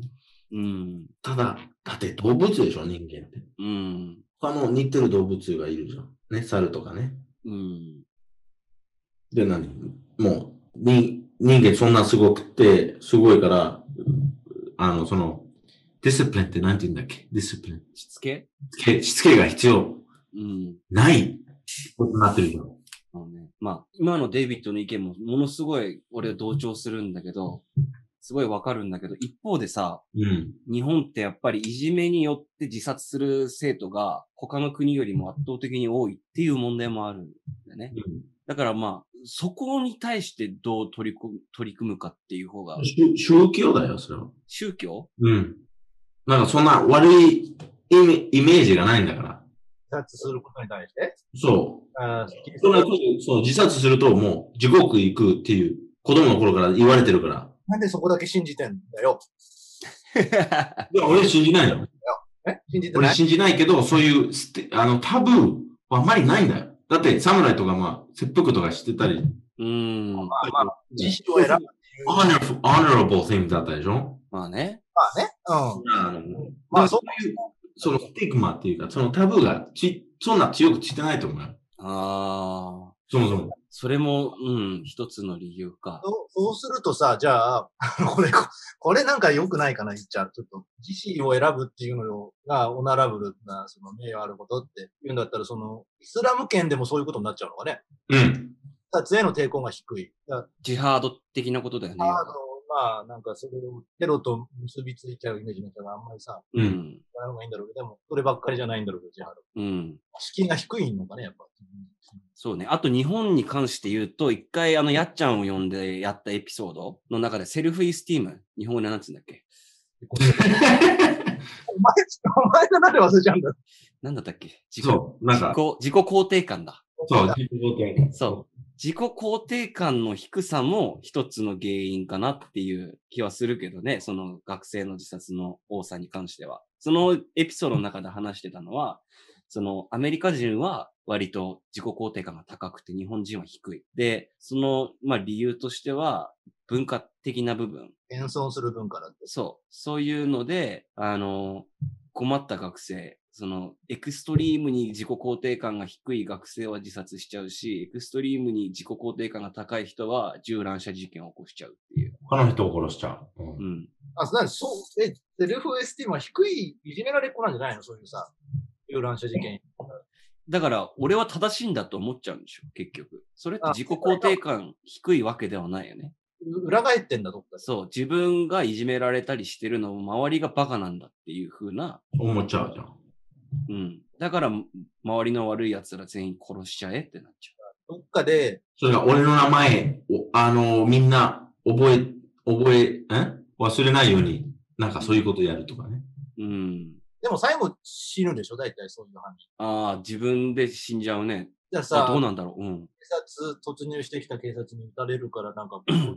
うん。ただ、だって動物でしょ、人間って。うん。他の似てる動物がいるじゃん。ね、猿とかね。うん。で、何もう、に、人間そんなすごくて、すごいから、あの、その、ディスプリンって何て言うんだっけディスプリン。しつけしつけ、しつけが必要うん。ないことになってるじゃん。そうね。まあ、今のデイビッドの意見もものすごい俺は同調するんだけど、すごいわかるんだけど、一方でさ、うん。日本ってやっぱりいじめによって自殺する生徒が他の国よりも圧倒的に多いっていう問題もあるんだよね。だからまあ、そこに対してどう取りこ取り組むかっていう方がうん、宗宗教だよ、それは。宗教 うん。なんかそんな悪いイメイメージがないんだから。自殺することに対して。そあう。そんなことそう自殺するともう地獄行くっていう子供の頃から言われてるから。 なんでそこだけ信じてんだよ。いや、俺信じないよ。え信じてな俺い信じないけど、そういうステ、あの、タブーはあんまりないんだよ。だって、侍とかまあ、切腹とかしてたり。うーん。まあまあ、自死を選ぶっていう。ま honor- honorable things だったでしょまあね。あね。うん。あのままああ、そそうういう、そのスティグマっていうか、そのタブーがち、そんな強くついてないと思うよ。ああ。そもそも。それも、うん、一つの理由か。そうそうするとさ、じゃあ、 これ、ここれなんか良くないかな、言っちゃう。ちょっと、自死を選ぶっていうのが、オナラブルな、その、名誉あることって言うんだったら、その、イスラム圏でもそういうことになっちゃうのかね。 うん。撮影の抵抗が低い。だジハード的なことだよね。あの、まあ、なんかそれをテロと結びついちゃうイメージだから、あんまりさ、ううんん。やらない方がいいんだろうけど、でも、そればっかりじゃないんだろうけど、ジハード。うん。敷居が低いのかね、やっぱ。そうね。あと日本に関して言うと、一回あの、やっちゃんを呼んでやったエピソードの中で、セルフイスティーム。日本語でなんつうんだっけ お前、お前がなんで忘れちゃうんだよなんだったっけ自己そう。なんか自、己自己肯定感だ。そう、自己肯定感そう。自己肯定感の低さも一つの原因かなっていう気はするけどね。その学生の自殺の多さに関しては。そのエピソードの中で話してたのは、そのアメリカ人は割と自己肯定感が高くて日本人は低い。で、その、まあ理由としては文化的な部分。謙遜する文化だって。そう。そういうので、あの、困った学生、その、エクストリームに自己肯定感が低い学生は自殺しちゃうし、エクストリームに自己肯定感が高い人は銃乱射事件を起こしちゃうっていう。他の人を殺しちゃう。うんうん。あ、そうなんですそう、え、セルフエスティームは低い、いじめられっ子なんじゃないのそういうさ、遊覧車事件。だから、俺は正しいんだと思っちゃうんでしょ、結局。それって自己肯定感低いわけではないよね。う裏返ってんだ、どっかで。そう、自分がいじめられたりしてるのを周りがバカなんだっていう風な、思っちゃうじゃん。うん。だから、周りの悪い奴ら全員殺しちゃえってなっちゃどっかで、それが俺の名前を、あのみんな覚え、覚え、ん忘れないように、なんかそういうことやるとかね。う。うん。でも最後死ぬでしょ大体そういう話。ああ、自分で死んじゃうね。じゃああさ、どう警なんだろう。うん。察、突入してきた警察に撃たれるから、なんか、みたい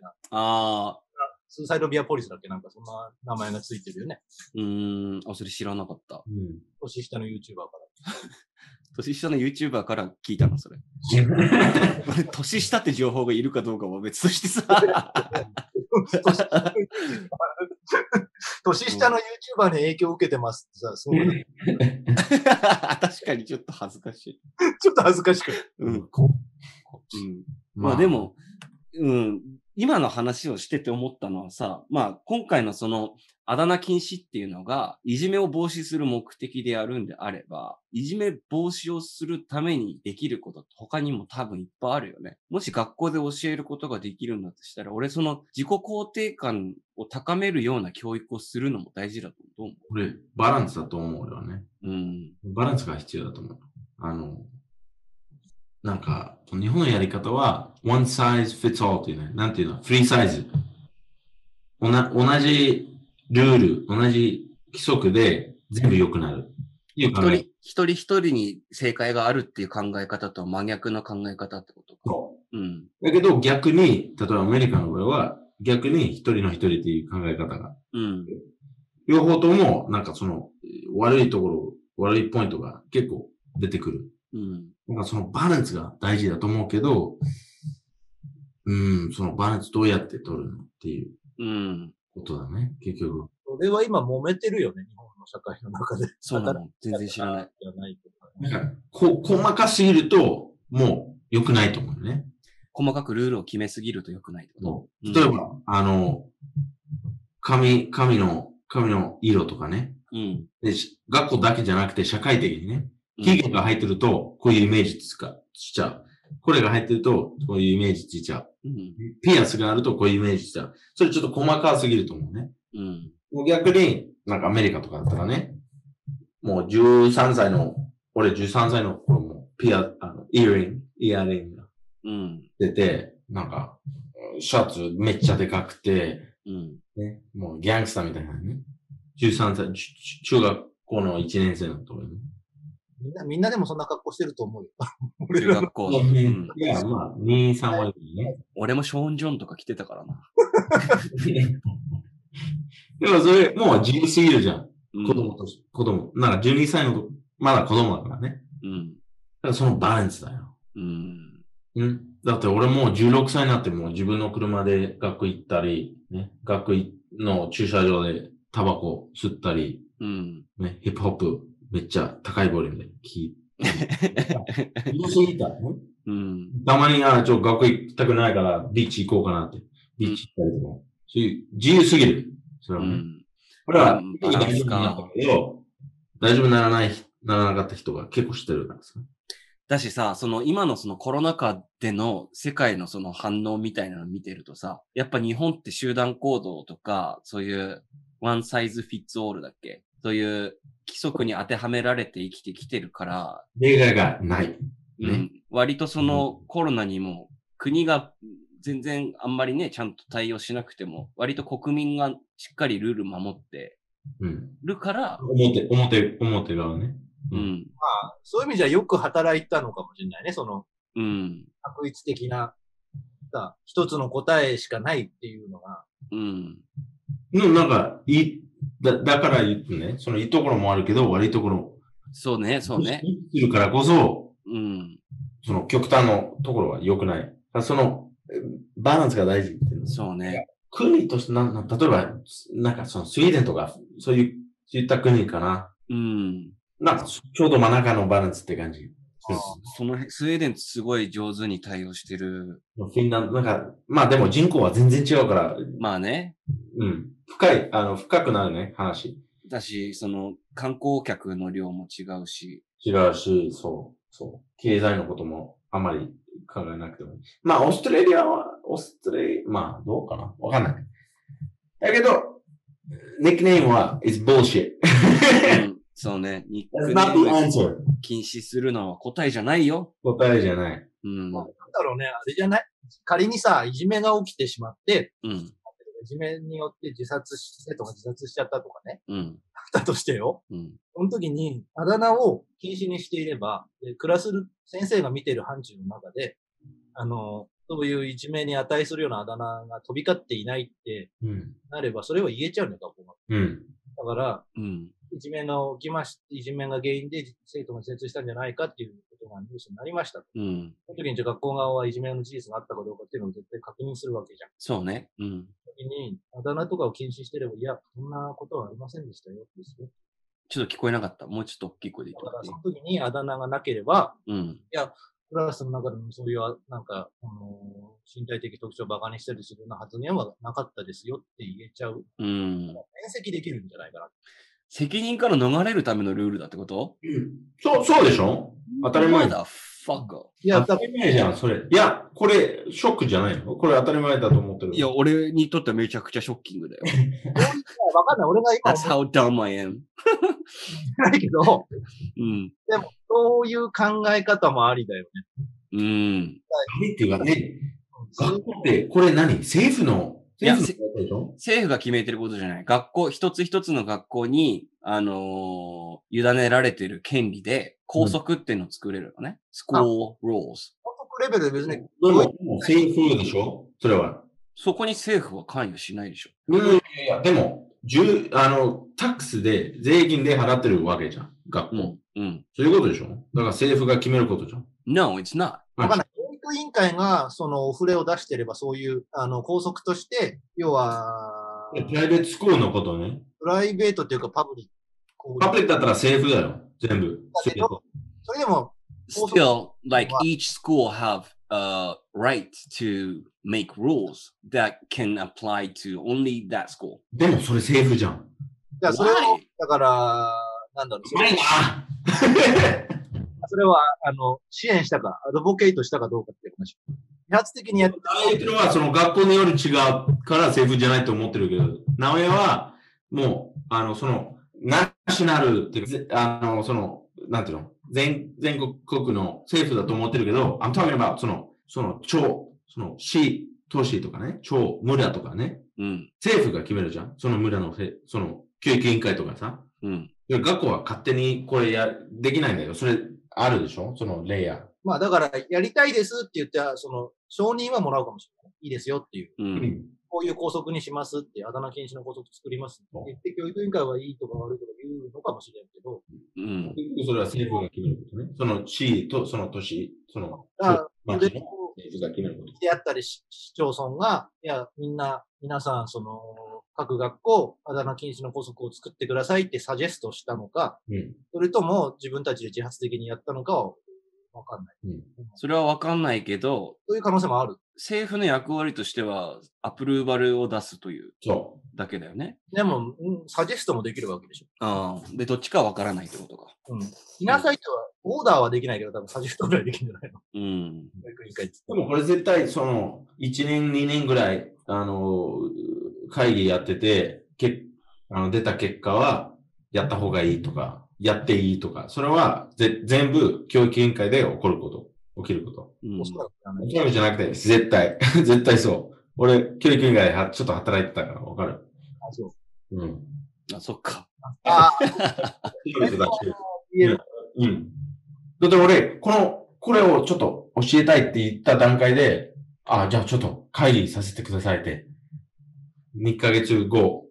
な。ああ、スーサイドビアポリスだっけなんか、そんな名前がついてるよね。うーん。あ、それ知らなかった。うん。年下の YouTuber から。年下の YouTuber から聞いたの、それ。 年下って情報がいるかどうかは別としてさ。 年下の YouTuber に影響を受けてますってさ、すごいな。確かにちょっと恥ずかしい。ちょっと恥ずかしくない。うん。うんままああでも、うん、今の話をしてて思ったのはさ、まあ今回のそのあだ名禁止っていうのが、いじめを防止する目的でやるんであれば、いじめ防止をするためにできることって他にも多分いっぱいあるよね。もし学校で教えることができるんだとしたら、俺その自己肯定感を高めるような教育をするのも大事だと思う。これ、バランスだと思うよね。うん。バランスが必要だと思う。あの、なんか、日本のやり方は、one size fits all っていうね、なんていうの、フリーサイズ。おな同じルール、同じ規則で全部良くなる。っていう一考え人、一人一人に正解があるっていう考え方とは真逆の考え方ってことか。そううん。だけど逆に、例えばアメリカの場合は、逆に一人の一人っていう考え方が。うん。両方とも、なんかその、悪いところ、悪いポイントが結構出てくる。うん。なんかそのバランスが大事だと思うけど、うん、そのバランスどうやって取るのっていううん。ことだね、結局。それは今揉めてるよね、日本の社会の中で。そうなの。全然知らない。じゃないけどなんか、こ、細かすぎると、もう良くないと思うね。細かくルールを決めすぎると良くないってこもうんう例えば、あの、髪、髪の、髪の色とかね。と。うん。で、し学校だけじゃなくて社会的にね、うん企業が入ってると、こういうイメージつか、しちゃう。これが入ってると、こういうイメージついちゃう。うん。ピアスがあると、こういうイメージついちゃう。それちょっと細かすぎると思うね。うん。もう逆に、なんかアメリカとかだったらね、もう13歳の、俺13歳の頃も、ピア、あの、イヤリング、イヤリングがうん。出て、なんか、シャツめっちゃでかくて、うん。ね、もうギャングスターみたいなね。13歳、ちち中学校の1年生のところに、ね。みんな、みんなでもそんな格好してると思うよ。俺中らの学校の。ういん。や、まあ、2、3割ね。俺もショーン・ジョンとか着てたからな。 でもそれ、もう自由すぎるじゃん。うん子供と、子供。なんか12歳の子、まだ子供だからね。だうん。からそのバランスだよ。うん。うん。だって俺もう16歳になってもう自分の車で学校行ったり、ね、学校の駐車場でタバコ吸ったり、うん。ね、ヒップホップめっちゃ高いボリュームで聴いて。自由すぎた。うん。たまに、あ、ちょ、学校行きたくないから、ビーチ行こうかなって。ビーチ行ったりとか。そういう、自由すぎる。そうれはね。ん。これは、うん大丈夫になったけど、大丈夫にならない、ならなかった人が結構してるんですね。だしさ、その今のそのコロナ禍での世界のその反応みたいなの見てるとさ、やっぱ日本って集団行動とか、そういうワンサイズフィッツオールだっけそういう規則に当てはめられて生きてきてるから、例外がない。うねん、割とそのコロナにも国が全然あんまりね、ちゃんと対応しなくても、割と国民がしっかりルール守ってうん。るから、表、表、表側ね。ううんん、まあ、そういう意味じゃよく働いたのかもしれないね。その、うん、確率的な、さ、一つの答えしかないっていうのが、うん、の、なんか、い、だ、だから言ってね、そのいいところもあるけど、悪いところ。そうね、そうね、。いるからこそ、うん、その極端のところは良くない。だからその、えバランスが大事っていうのそうね、国としてなん、なん例えば、なんかそのスウェーデンとか、そういう、そういった国かな。うん。なんか、ちょうど真ん中のバランスって感じ。あーその辺、スウェーデンすごい上手に対応してる。フィンランド、なんか、まあでも人口は全然違うから、まあね、うん。深い、あの、深くなるね、話。だし、その観光客の量も違うし、違うし、そう、そう。経済のこともあまり考えなくてもいい。まあ、オーストラリアは、オーストラリア、まあ、どうかなわかんない。だけど、ニックネームは、it's bullshit. うん、そうね、ニッ That's ク not ネー the ム answer. 禁止するのは答えじゃないよ。答えじゃない。うん、なんだろうね、あれじゃない仮にさ、いじめが起きてしまって、うん、いじめによって自殺してとか自殺しちゃったとかね、うん、だとしてよ。うん。その時に、あだ名を禁止にしていれば、でクラス先生が見ている範疇の中で、あの、そういういじめに値するようなあだ名が飛び交っていないってうん。なれば、それは言えちゃうのか、僕はうん。だから、うん。いじめが起きまし、いじめが原因で生徒が自殺したんじゃないかっていうことがニュースになりました。うん。その時にじゃあ学校側はいじめの事実があったかどうかっていうのを絶対確認するわけじゃん。そうね。うん。時に、あだ名とかを禁止してれば、いや、そんなことはありませんでしたよってですね。ちょっと聞こえなかった。もうちょっと大きい声で言だっかてもらら、っていそいの時にあだ名がなければ、うん。クラスの中でもそういうあ、なんか、あの身体的特徴をバカにしたりするような発言はなかったですよって言えちゃう。うん。面積できるんじゃないかな。責任から逃れるためのルールだってことうんそう、そうでしょ当たり前だ。だ。ファッいや、当だたり前じゃん、それ。いや、これ、ショックじゃないのこれ当たり前だと思ってる。いや、俺にとってはめちゃくちゃショッキングだよ。わかんない。俺が 今 That's 思 how dumb I am. ってないけど、うん。そういう考え方もありだよね。うん。何っていうかね、うん学校って、これ何政府の、いや政府のことでしょ政府が決めてることじゃない。学校、一つ一つの学校に、あのー委ねられてる権利で、校則っていうのを作れるのね。school rules。本当レベルで別に、でも、政府でしょそれは。そこに政府は関与しないでしょ。うん、いやいや、でも、十、あの、タックスで、税金で払ってるわけじゃん。学校。うん。うん。そういうことでしょだから政府が決めることじゃん。 No, it's not. わかんない。教育委員会が、その、お触れを出してれば、そういう、あの、校則として、要は、プライベートスクールのことね。プライベートっていうか、パブリック。こうパブリックだったら政府だよ。全部。だけどそれでも、 still like each school have a right to make rules that can apply to only that school. でもそれ政府じゃん。じゃあそれを Why? だから、なんだろう、そないれ なそれは、あの、支援したか、アドボケイトしたかどうかっていう話。自発的にやって名古屋ってのはその学校による違うから政府じゃないと思ってるけど、名古屋はもう、あの、その、ナショナルっていうかぜ、あの、その、なんていうの全、全国国の政府だと思ってるけど、I'm talking about その、その、町、その、市、都市とかね、町、村とかね、うん。政府が決めるじゃん。その村のせ、その、教育委員会とかさ。うん。で学校は勝手にこれや、できないんだよ。それ、あるでしょそのレイヤー。まあ、だから、やりたいですって言って、その、承認はもらうかもしれない。いいですよっていう。う。うんん。こういう校則にしますって、あだ名禁止の校則作りますって言って、教育委員会はいいとか悪いとか言うのかもしれんけど、うん。それは政府が決めることね。その市とその都市、そのだから町ので政府が決めること。であったりし、市町村が、いや、みんな、皆さん、その、各学校、あだ名禁止の校則を作ってくださいってサジェストしたのか、うん。それとも自分たちで自発的にやったのかはわかんない。うんそれはわかんないけど、そういう可能性もある。政府の役割としては、アプルーバルを出すというそだけだよね。でも、うんサジェストもできるわけでしああ。で、どっちかわからないってことか。ょ。うん。いなさいとは、オーダーはできないけど、多分サジェストぐらいできるんじゃないのうん。教育委員会って。う。でもこれ絶対その1年2年ぐらい、あの、会議やってて、けあの出た結果は、やった方がいいとか、やっていいとか、それはぜ全部教育委員会で起こること、起きること。うんおそらくあの教育じゃなくて、絶対、 絶対そう。俺、教育委員会ではちょっと働いてたからわかる。あそううん。あ、そっか。ああ、教育だし言える。うん。だって俺、この、これをちょっと教えたいって言った段階で、あ、じゃあちょっと会議させてくださいって、2ヶ月後、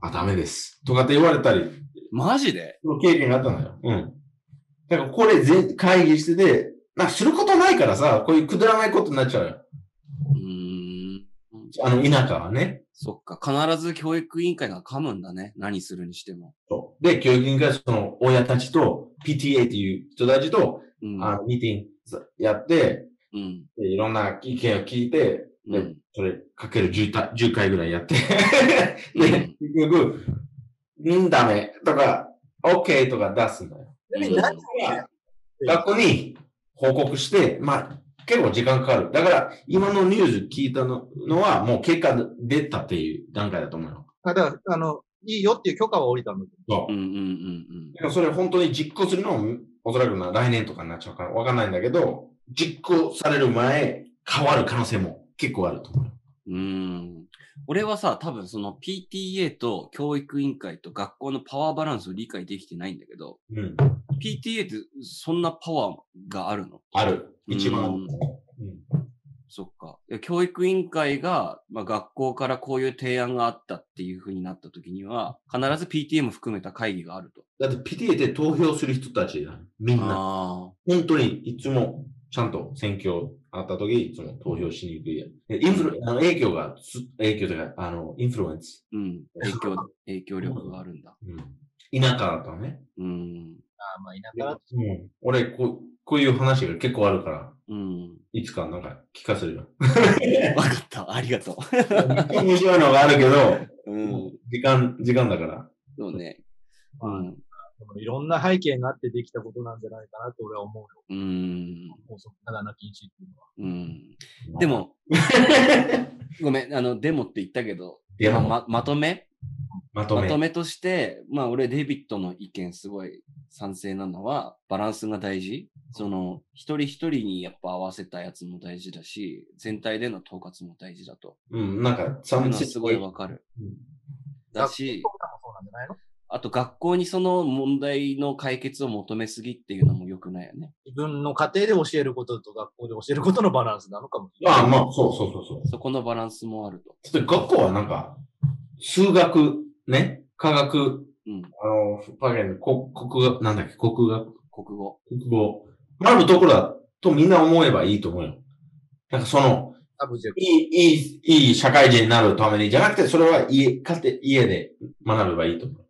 あ、ダメです。とかって言われたり、マジでその経験があったのよ。うん。だからこれ全、会議してて、なんかすることないからさ、こういうくだらないことになっちゃうよ。うーん。あの、田舎はね。そっか。必ず教育委員会が噛むんだね。何するにしても。そうで、教育委員会はその親たちと、PTA っていう人たちと、うん。あの、ミーティングやって、うん。でいろんな意見を聞いて、うでん。それ、かける 10, た10回ぐらいやって。 うんで、結局、うん、ダメとか、OK とか出すんだよ。でも何が学校に報告して、まあ、結構時間かかる。だから、今のニュース聞いたののは、もう結果出たっていう段階だと思うよ。あだから、あの、いいよっていう許可は降りたんだけそど。うんうんうんう。それ本当に実行するのも、おそらくな来年とかになっちゃうからわかんないんだけど、実行される前、変わる可能性も結構あると思うよ。うん。うーん。俺はさ、多分その PTA と教育委員会と学校のパワーバランスを理解できてないんだけど、うん。 PTA ってそんなパワーがあるのある。一番ある。うんうんそっか。いや教育委員会が、まあ、学校からこういう提案があったっていう風になった時には、必ず PTA も含めた会議があると。だって PTA で投票する人たちだ。みんな。ああ。本当にいつもちゃんと選挙あった時、いつも投票しに行くや。えインフル、あの影響がつ、影響というか、あの、インフルエンス。うん。影響、影響力があるんだ。うん。田舎だったのね。うん。あーまあ、田舎だとうん。俺、こう、こういう話が結構あるから、 うん。いつかなんか聞かせ るよ。わかった。ありがと面白いのがあるけど、う。うん。時間、時間だから。そうね。うまあん。そのいろんな背景があってできたことなんじゃないかなと俺は思うよ。うん。高速ながら禁止っていうのは。うん。で も、ごめん、あの、デモって言ったけど、いや、まま、ままとめまとまめ。とめとして、まあ俺、デイビッドの意見すごい賛成なのは、バランスが大事。その、一人一人にやっぱ合わせたやつも大事だし、全体での統括も大事だと。うん、なんか、そういう三のはすごいわかる。だし、学校とかもそうなんじゃないのあと学校にその問題の解決を求めすぎっていうのも良くないよね。自分の家庭で教えることと学校で教えることのバランスなのかもしれない。ああ、まあ、そうそうそうそう。そこのバランスもあると。ちょっと学校はなんか、数学、ね、科学、うん。あの、バゲン、こ国学、なんだっけ、国学、国語。国語、学ぶところだとみんな思えばいいと思うよ。なんかその、サブジェクいい、いい、いい社会人になるために、じゃなくて、それは家、家庭、家で学べばいいと思う。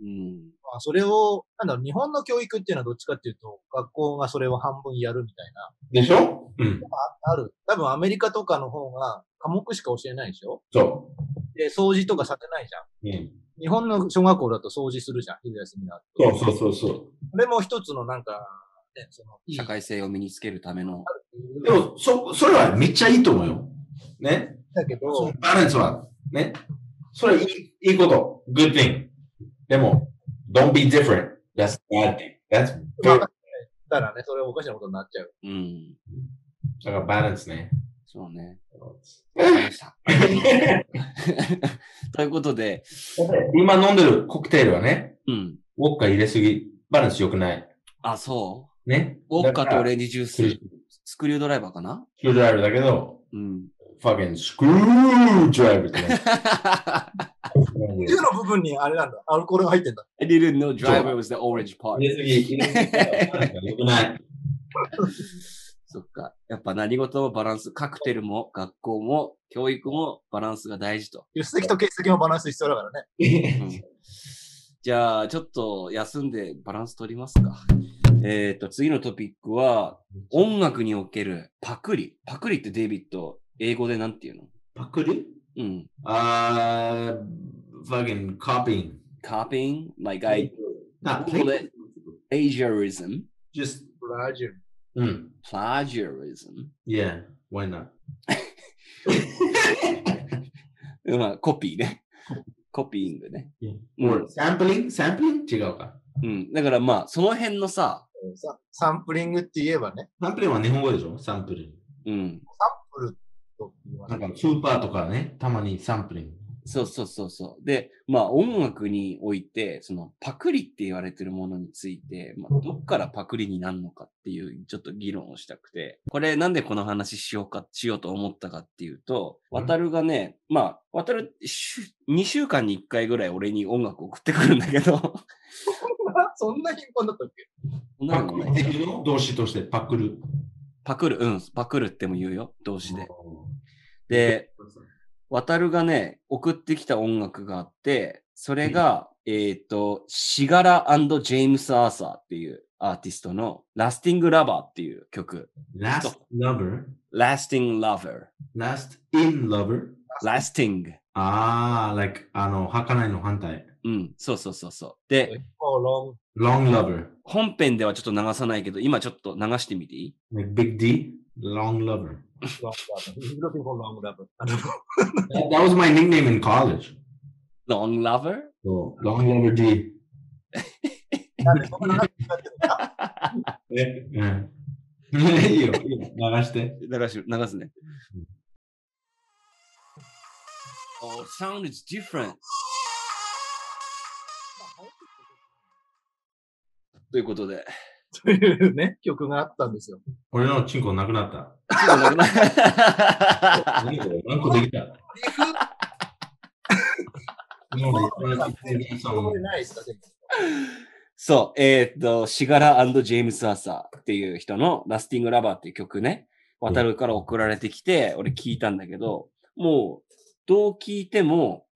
うん。トは、それを、なんだろう、日本の教育っていうのはどっちかっていうと、学校がそれを半分やるみたいな、でしょうん。ある。多分アメリカとかの方が科目しか教えないでしょそで、掃除とかさせないじゃう。ん。うん、日本の小学校だと掃除するじゃん、昼休みの後。そうそうそうそこれも一つのなんか、ね、その、いい社会性を身につけるための。う。でも、そ、それはめっちゃいいと思うよ。ね。だけど、そのバランスは、ね。それいい、いいこと。good thing. でも、don't be different. That's bad thing. That's まあ bad. たらね、それおかしなことになっちゃう。うん。だからバランスね。そうね。わかりました。 ということで、今飲んでるコクテールはね、うん。ウォッカ入れすぎ、バランス良くない。あ、そね。うウォッカとオだからレンジジュースクリュス、スクリュードライバーかなードライブだけど、うん。 fucking screw drive ってね。銃の部分にあれなんだ。アルコールが入ってんだ。 I didn't know driver was the orange part. 入れすぎ、入れすぎだよ。バランスが良くない。そっか。やっぱ何事もバランス、カクテルも学校も教育もバランスが大事と。出席と欠席のバランス必要だからね。うんじゃあ、ちょっと休んでバランス取りますか。えっ、と、次のトピックは、音楽におけるパクリ。パクリってデイビッド、英語でなんていうのパクリうん。あー、fucking copying. copying, like I, な、これ plagiarism, just, ブラジル。うん。 plagiarism. Yeah, why not? まあ、コピーね。コピーイングね。うんもう、サンプリングサンプリング違うか。うん。だからまあ、その辺のさ、さサンプリングって言えばね、サンプリングは日本語でしょサンプリンうん。フルと言わグ。なないんか、スーパーとかね、たまにサンプリング。そうそうそうそう。で、まあ音楽において、そのパクリって言われてるものについて、まあどっからパクリになるのかっていうちょっと議論をしたくて、これなんでこの話しようか、しようと思ったかっていうと、うん渡るがね、まあ渡る週2週間に1回ぐらい俺に音楽送ってくるんだけど、 そんな貧困だったっけそんなパのクねリの動詞としてパクる。パクる、うん、パクるっても言うよ、動詞で。で、渡るがね、送ってきた音楽があって、それが、えっ、と、シガラジェイムス・アーサーっていうアーティストのラスティング・ラバーっていう曲。 last lover, ラスティング・ラバー。 last in lover. ラスティング。あー、like、あの、儚いの反対。うん、そうそうそうそう。で、もうロ long ン lover, 本編ではちょっと流さないけど、今ちょっと流してみていい like big D, long lover. グラブ。He's looking for long love. あの That, that was my nickname in college. ?Long Lover? So, long lover D. なんで僕の中で使ってるえ、 うん。いいよ、いいよ流して。流し、流すね。Oh, sound is different. ということで。 というね、曲があったんですよ。俺のチンコなくなった。 ちょっとなくな何これ何個できたリフもう俺のチンコなくなったないですか、先生そう、えーっと、シガラジェームス・アーサーっていう人のラスティング・ラバーっていう曲ね、渡るから送られてきて、俺聞いたんだけど、もう、どう聞いても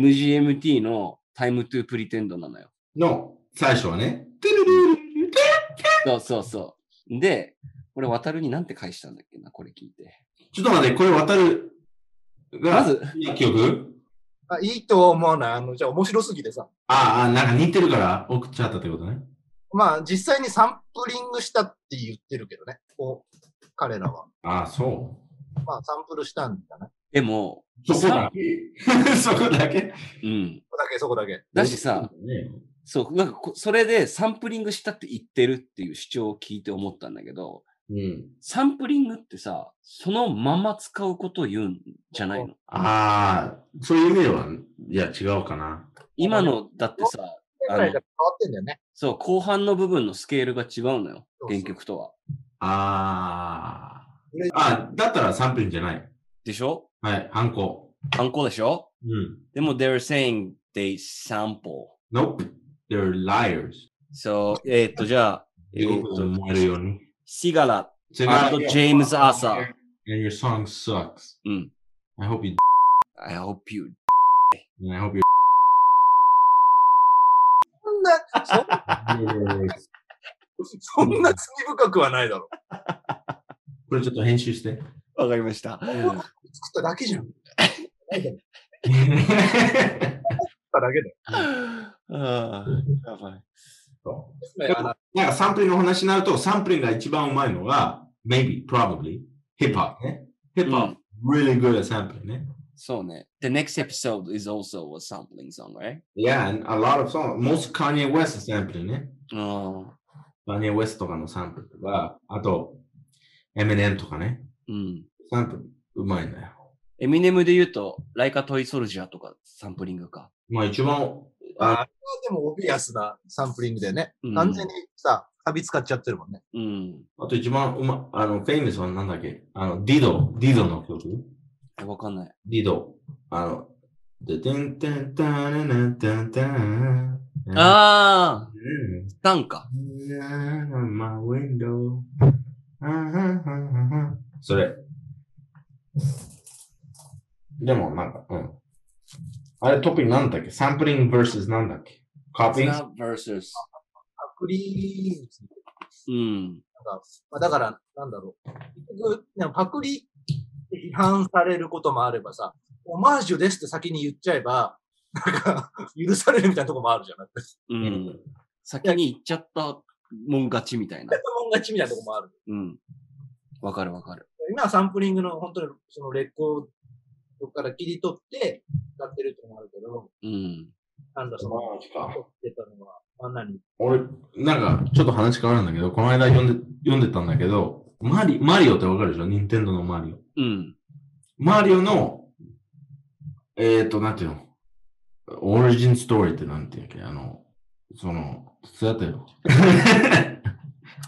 MGMT のタイムトゥプリテンドなのよ。の最初はね。てるるるるてそうそうそう。で、俺渡るになんて返したんだっけな、これ聞いて。ちょっと待って、これ渡るが、まず、いい曲あいいと思うな。あの、じゃあ面白すぎてさ。あーあー、なんか似てるから送っちゃったってことね。まあ、実際にサンプリングしたって言ってるけどね。こう、彼らは。ああ、そまあ、サンプルしたんだね。でも、う。そこだけ そこだけうん。そこだけ、そこだけ。だしさ、、ねそう、なんかこ、それでサンプリングしたって言ってるっていう主張を聞いて思ったんだけど、うん。サンプリングってさ、そのまま使うことを言うんじゃないのああ、そういう意味では、いや、違うかな。今の、だってさ、あぐのらいが変わってんだよね。そう、後半の部分のスケールが違うのよそ、うそう原曲とは。あこれあ。あ、だったら3分じゃない。でしょはい、ハンコ。ハンコでしょうん。でも、they're saying they sample. Nope, they're liars. So, えーっと、じゃあ、えよーくっと、思えるように。シガラ違 and James Arthur. And your song sucks. うん。 I hope you I hope you. and I hope you そんな、そんな罪深くはないだろ。これちょっと編集して。 わかりました。作っただけじゃん。ないだろ作っただけだよああ、やばい。そねあの。うなんかサンプリングの話になると、サンプリングが一番うまいのが、maybe, probably, hip hop ね。hip う hop, ん really good at sampling ね。そうね。The next episode is also a sampling song, right? Yeah, and a lot of songs. Most Kanye West is sampling ね。ああ、 Kanye West とかのサンプルとか、あと、Eminem とかね。うん。サンプルうまいんだよ。エミネムで言うと、ライカトイソルジャーとかサンプリングか。まあ一番、あれはでもオビアスなサンプリングだよね。うん完全にさ、カビ使っちゃってるもんね。うん。あと一番うま、あの、フェイムスはなんだっけあの、ディド、ディドの曲えわかんない。ディド。あの、でてんてんたんねんてんてん。ああ、うんダンか。 My window. あははははそれ。でもなんか、うん。あれ、トピックなんだっけサンプリング vs なんだっけコピー Snap versus. アクリうん。まあ、だから、なんだろう。結局、ねパクリって批判されることもあればさ、オマージュですって先に言っちゃえば、なんか、許されるみたいなとこもあるじ ゃなくて、うん。先に行っちゃったもん勝ちみたいなやっ。たもん勝ちみたいなとこもある。うん。わかるわかる。今はサンプリングの本当にそのレコードから切り取って使ってるってのもあるけど、うん。なんだその、撮ってたのは、あんなに。俺、なんか、ちょっと話変わるんだけど、この間読んで、読んでたんだけど、マリ、マリオってわかるでしょニンテンドのマリオ。うん。マリオの、えっ、ー、と、なんていうのオリジンストーリーってなんていうんだっけあの、その、そうやった よ。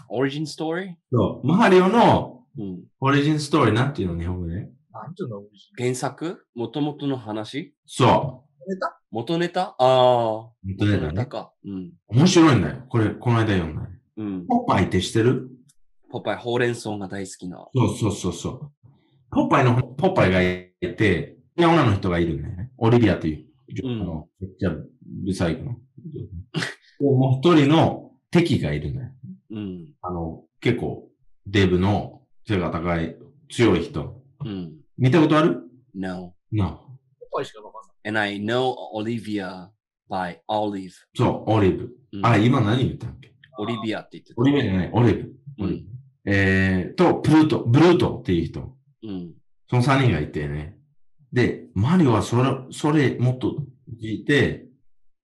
Origin story? そう。マリオのうん。オリジンストーリーなんていうの日本語でなんていうの美味しい。原作元々の話そネタ元ネタああ。う。本元当だよネタね。か。うん。面白いんだよ。これ、この間読んだ。うん。ポッパイって知ってるポパイ、ほうれん草が大好きな。そうそうそうそう。ポッパイの、ポッパイがいて、いや女の人がいるんだよね。オリビアという。うんあのめっちゃ、ブサイクの。もう一人の敵がいるんだよ。うん。あの、結構、デブの背が高い、強い人。うん。見たことある No. なおっぱいしかわかんない。 And I know Olivia by Olive. そう、オリブ。うんあ、今何言ったっけオリビアって言ってた。オリブじゃない、オリブ。うオリんブ。えー、と、プルート、ブルートっていう人。うん。その3人がいてね。で、マリオはそれ、それもっと聞いて、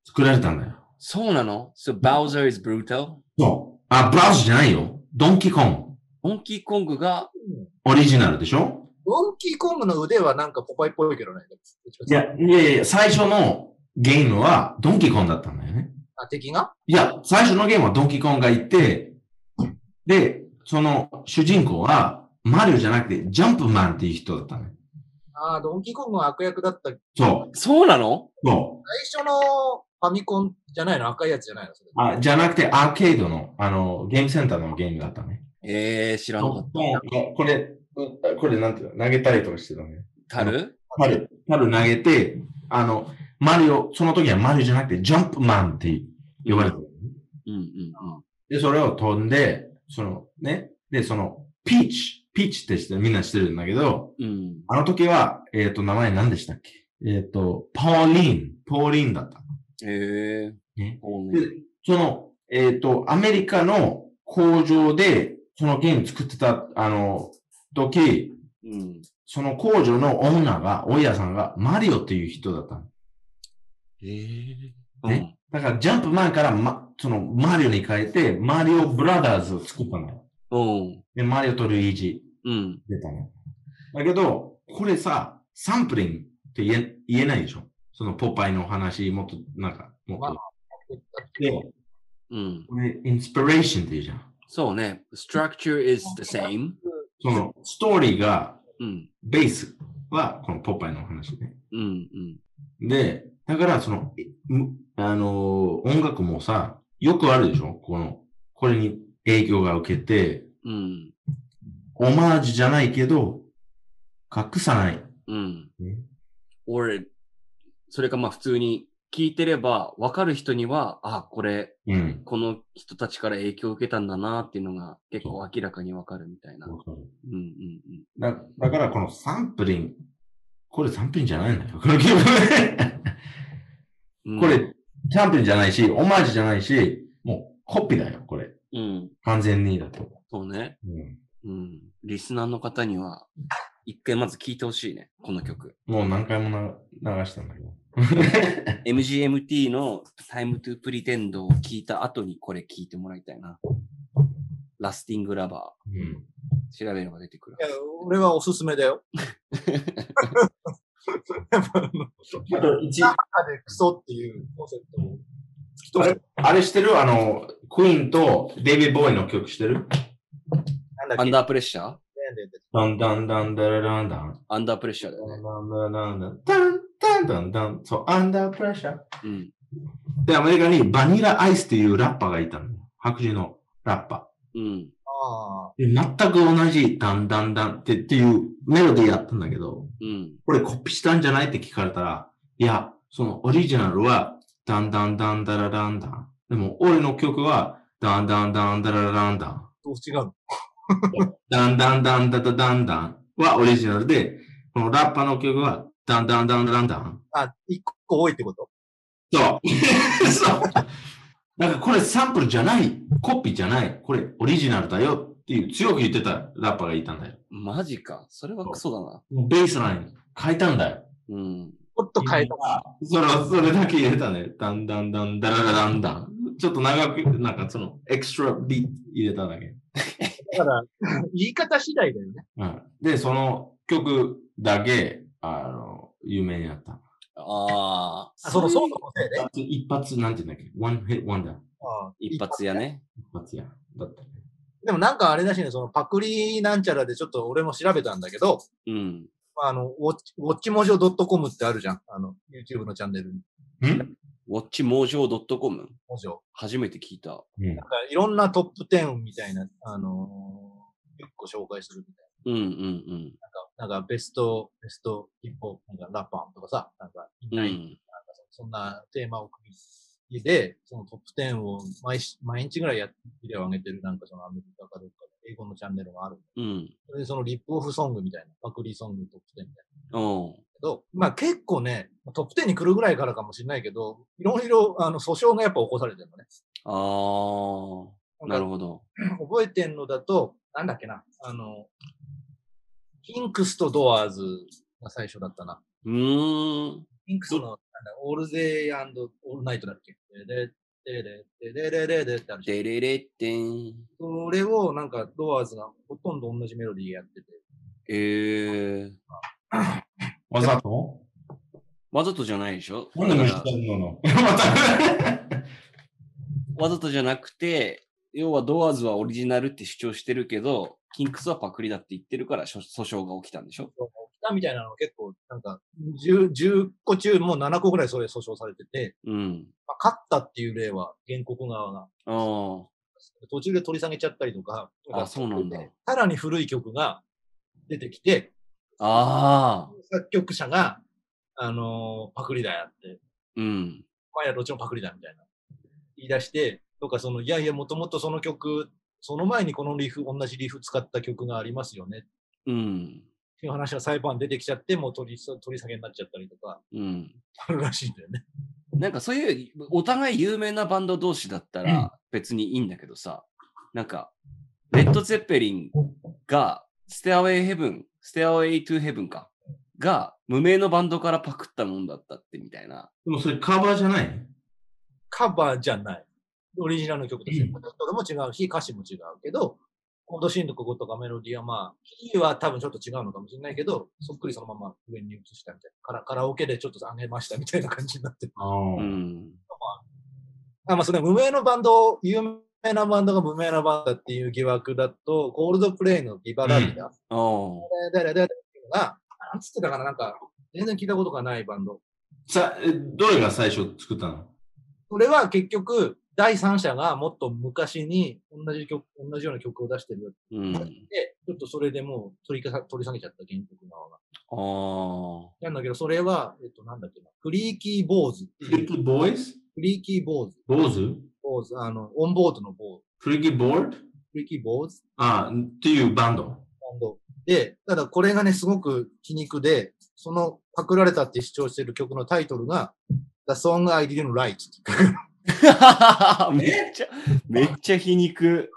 作られたんだよ。そうなの ?So Bowser is brutal? そう。あ、ブラウスじゃないよ。ドンキーコンモンキーコングが、うんグ。オリジナルでしょドンキーコングの腕はなんかポパイっぽいけどね。いや、いやいや、最初のゲームはドンキーコングだったんだよね。あ、敵がいや、最初のゲームはドンキーコングがいて、で、その主人公はマリオじゃなくてジャンプマンっていう人だったね。ああ、ドンキーコングは悪役だった。最そう。そうなのそ初のファミコンじゃないの赤いやつじゃないのそれあ、じゃなくてアーケードの、あの、ゲームセンターのゲームだったね。ええー、知らなかっここれ、うんこれなんていうの投げたりとかしてたね。た。るパル、パル投げて、あの、マリオ、その時はマリオじゃなくてジャンプマンって呼ばれてる。うんうんうん。で、それを飛んで、そのね、で、その、ピーチ、ピーチってしてみんなしてるんだけど、うん。あの時は、えっ、と、名前何でしたっけえっ、と、パーリン、ポーリンだった。ええねー。でね、その、えっ、と、アメリカの工場で、そのゲーム作ってた、あの、時、うん。その工場のオーナーが、大家さんが、マリオっていう人だったの。ええねだから、ジャンプ前から、ま、その、マリオに変えて、マリオブラザーズを作ったのよ。うん。で、マリオとルイージうん。出たの。だけど、これさ、サンプリングって言え言えないでしょそのポパイの話、もっと、なんか、もっまあと。で、こうん。れ、インスピレーションって言うじゃん。そうね。structure is the same. その、ストーリーが、うん。ベースは、このポパイの話ね。うん。うん。で、だから、その、いむあのー音楽もさ、よくあるでしょこの、これに影響が受けて、うん。オマージュじゃないけど、隠さない。うんね。俺、それかまあ普通に聞いてれば分かる人には、あ、これ、うん。この人たちから影響を受けたんだなっていうのが結構明らかに分かるみたいな。うんわかるうんうん。だだから、このサンプリン、これサンプリンじゃないんだよ。このゲーうんムこれ、サンプリンじゃないし、オマージュじゃないし、もうコピーだよ、これ。うん。完全にだと。そうね。うん、うん。リスナーの方には、一回まず聞いてほしいね。この曲。もう何回もな流したんだけど。 MGMT の Time to Pretend を聞いた後にこれ聞いてもらいたいな。ラスティングラバうん。ー。調べれば出てくるい。や、俺はおすすめだよ。やっぱあのあと一、中でクソっていうコンセプトを。一あつれ あれしてるあの、クイーンとデイビー・ボーイの曲してるなんだアっけンダープレッシャーダンダンダンダラランダン。アンダープレッシャーだダよねン。ダンダンダンダンダンダンダン。そう、アンダープレッシャー。うん。で、アメリカにバニラアイスっていうラッパーがいたのよ。白人のラッパうー。ん。ああ。で全く同じ、ダンダンダンってっていうメロディーやったんだけど、うん。これコピーしたんじゃないって聞かれたら、いや、そのオリジナルは、ダンダンダンダラダンダン。でも、俺の曲は、ダンダンダンダラダンダン。どう違うのダンダンダンダダダンダンはオリジナルで、このラッパーの曲は、ダンダンダンダランダン。あ、一個多いってことそう。 そう。なんかこれサンプルじゃない、コピーじゃない、これオリジナルだよっていう強く言ってたラッパーがいたんだよ。マジか。それはクソだベースライン変えたんだよ。な。うん。ちょっと変えた。それは、それだけ入れたね。だんだんだんだららだんだん。ちょっと長く、なんかその、エクストラビート入れただけ。だから、 言い方次第だよね。うん。で、その曲だけ、あの、有名になった。ああ。そのそソうンいうグのせいで。一発、なんていうんだっけワンヘッドワンダー。一発やね。一発や。だった。でもなんかあれだしね、そのパクリなんちゃらでちょっと俺も調べたんだけど、うん。まああの、ウォッチ、ウォッチモジョ .com ってあるじゃん。あの、YouTube のチャンネルに。んウォッチモージョー .com。モジョ。初めて聞いた。うんなん。かいろんなトップ10みたいな、あのー、結構紹介するみたいうんうんな。なんかベスト、ベストヒップホップ、なんかラッパーとかさ、なんか、うん。うなんかん。そんなテーマを組みで、そのトップ10を毎し毎日ぐらいやって、ビデオ上げてる、なんかそのアメリカかどっかで、英語のチャンネルがあるんだうん。それでそのリップオフソングみたいな、パクリソングトップ10みたいな。うん。けど、まあ結構ね、トップ10に来るぐらいからかもしれないけど、いろいろあの訴訟がやっぱ起こされてるのね。ああ。なるほど。覚えてんのだと、なんだっけな、あの、ピンクスとドアーズが最初だったな。うーん。ピンクスの、なんだ、オールゼイオールナイトだっけ。ででででででででってあるじゃんデレレってん。それをなんかドアーズがほとんど同じメロディーやってて、ええー。わざとわざとじゃないでしょなんで無視だかしらてんのまた。わざとじゃなくて、要はドアーズはオリジナルって主張してるけど、キンクスはパクリだって言ってるからしょ訴訟が起きたんでしょ起たみたいなのが結構、なんか10、10個中もう7個ぐらいそれ訴訟されてて、うん。まあ、勝ったっていう例は原告側が、あ途中で取り下げちゃったりとか、あ。あ、そうなんだ。さらに古い曲が出てきて、ああ。作曲者が、あのーパクリだよって、うん。お前らどっちもパクリだみたいな、言い出して、とか、その、いやいや、もともとその曲、その前にこのリーフ、同じリーフ使った曲がありますよね、うん。っていう話が裁判出てきちゃって、もう取り取り下げになっちゃったりとか、うん。あるらしいんだよね。なんかそういう、お互い有名なバンド同士だったら別にいいんだけどさ、なんか、レッド・ゼッペリンが、ステアウェイ・ヘブン、ステアウェイ・トゥ・ヘブンか、が、無名のバンドからパクったもんだったってみたいな。でもそれカバーじゃないカバーじゃない。オリジナルの曲ですよ。うんこの人も違うし、歌詞も違うけど、コード進行とかメロディーはまあ、キーは多分ちょっと違うのかもしれないけど、そっくりそのまま上に移したみたいな。カラカラオケでちょっと上げましたみたいな感じになってる。ああ、うん。あまあ、それ無名のバンド、有名なバンドが無名なバンドだっていう疑惑だと、ゴールドプレイのビバラビダ、ああ。誰々誰々っていうのが、なんつってたかな、なんか、全然聞いたことがないバンド。さ、えどれが最初作ったのそれは結局、第三者がもっと昔に同じ曲、同じような曲を出してるようん。あで、ちょっとそれでもう取りかさ取り下げちゃった原告側が。あ。なんだけど、それは、えっと、なんだっけな、フリーキー坊主ってフリーいう、キーボーイズフリーキー坊主、坊主坊主、あの、オンボードの坊主、フリーキーボールフリーキー坊主ああ、っていうバンド。バンド。で、ただこれがね、すごく皮肉で、その、パクられたって主張してる曲のタイトルが、The Song I Didn't Write っていう めっちゃ、めっちゃ皮肉。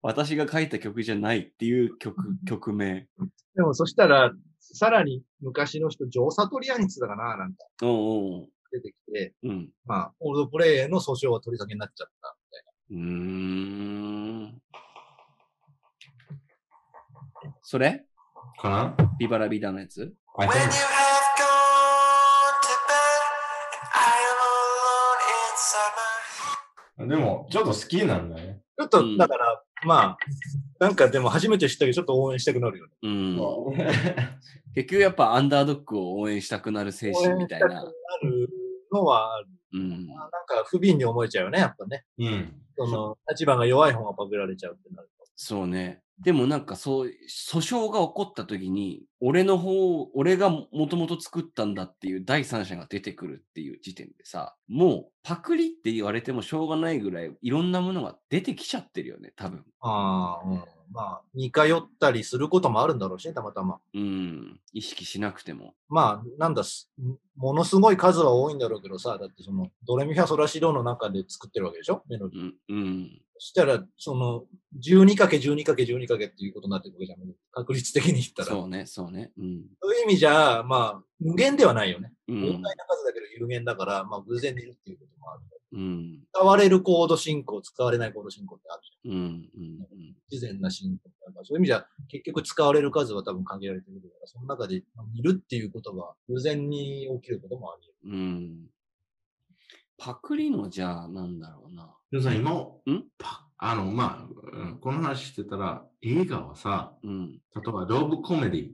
私が書いた曲じゃないっていう曲、曲名。でも、そしたら、さらに昔の人、ジョー・サトリアニツだかな、なんかおう出てきて、おう。うん。まあ、オールドプレイへの訴訟は取り下げになっちゃった。うーん。それかなビバラビダのやつ I When you think. have gone to bed and I am alone inside my でも、ちょっと好きなんだね。ちょっうと、んだから、まあ、なんかでも初めて知ったけど、ちょっと応援したくなるよね。うん。結局やっぱアンダードッグを応援したくなる精応神援みしたいたくなな。るのはある、うん。まあなんか不憫に思えちゃうよね、やっぱね。うん。その、立場が弱い方がパクられちゃうってなるそうね。でもなんかそう、訴訟が起こった時に、俺の方、俺がもともと作ったんだっていう第三者が出てくるっていう時点でさ、もうパクリって言われてもしょうがないぐらいいろんなものが出てきちゃってるよね、多分。と。ああ、うん。まあ、似通ったりすることもあるんだろうしね、たまたま。うん。意識しなくても。まあ、なんだす、ものすごい数は多いんだろうけどさ、だってその、ドレミファソラシドの中で作ってるわけでしょメロディーうん。うん。そしたら、その、12×12×12× っていうことになってくるわけじゃん。確率的に言ったら。そうそうね、そうね。うん。いう意味じゃ、まあ、無限ではないよね。う膨大ん。な数だけど有限だから、まあ偶然出るっていうこともある。うん。使われるコード進行、使われないコード進行ってあるじうん。うん。ゃん。自然な進行ってあるから。そういう意味じゃ、結局使われる数は多分限られてくるから、その中でまあいるっていうことは偶然に起きることもありうん。うんパクリのじゃあ、なんだろうな。でもさ、今、んパあの、まあうん、この話してたら、映画はさ、うん。例えばロブコメディ、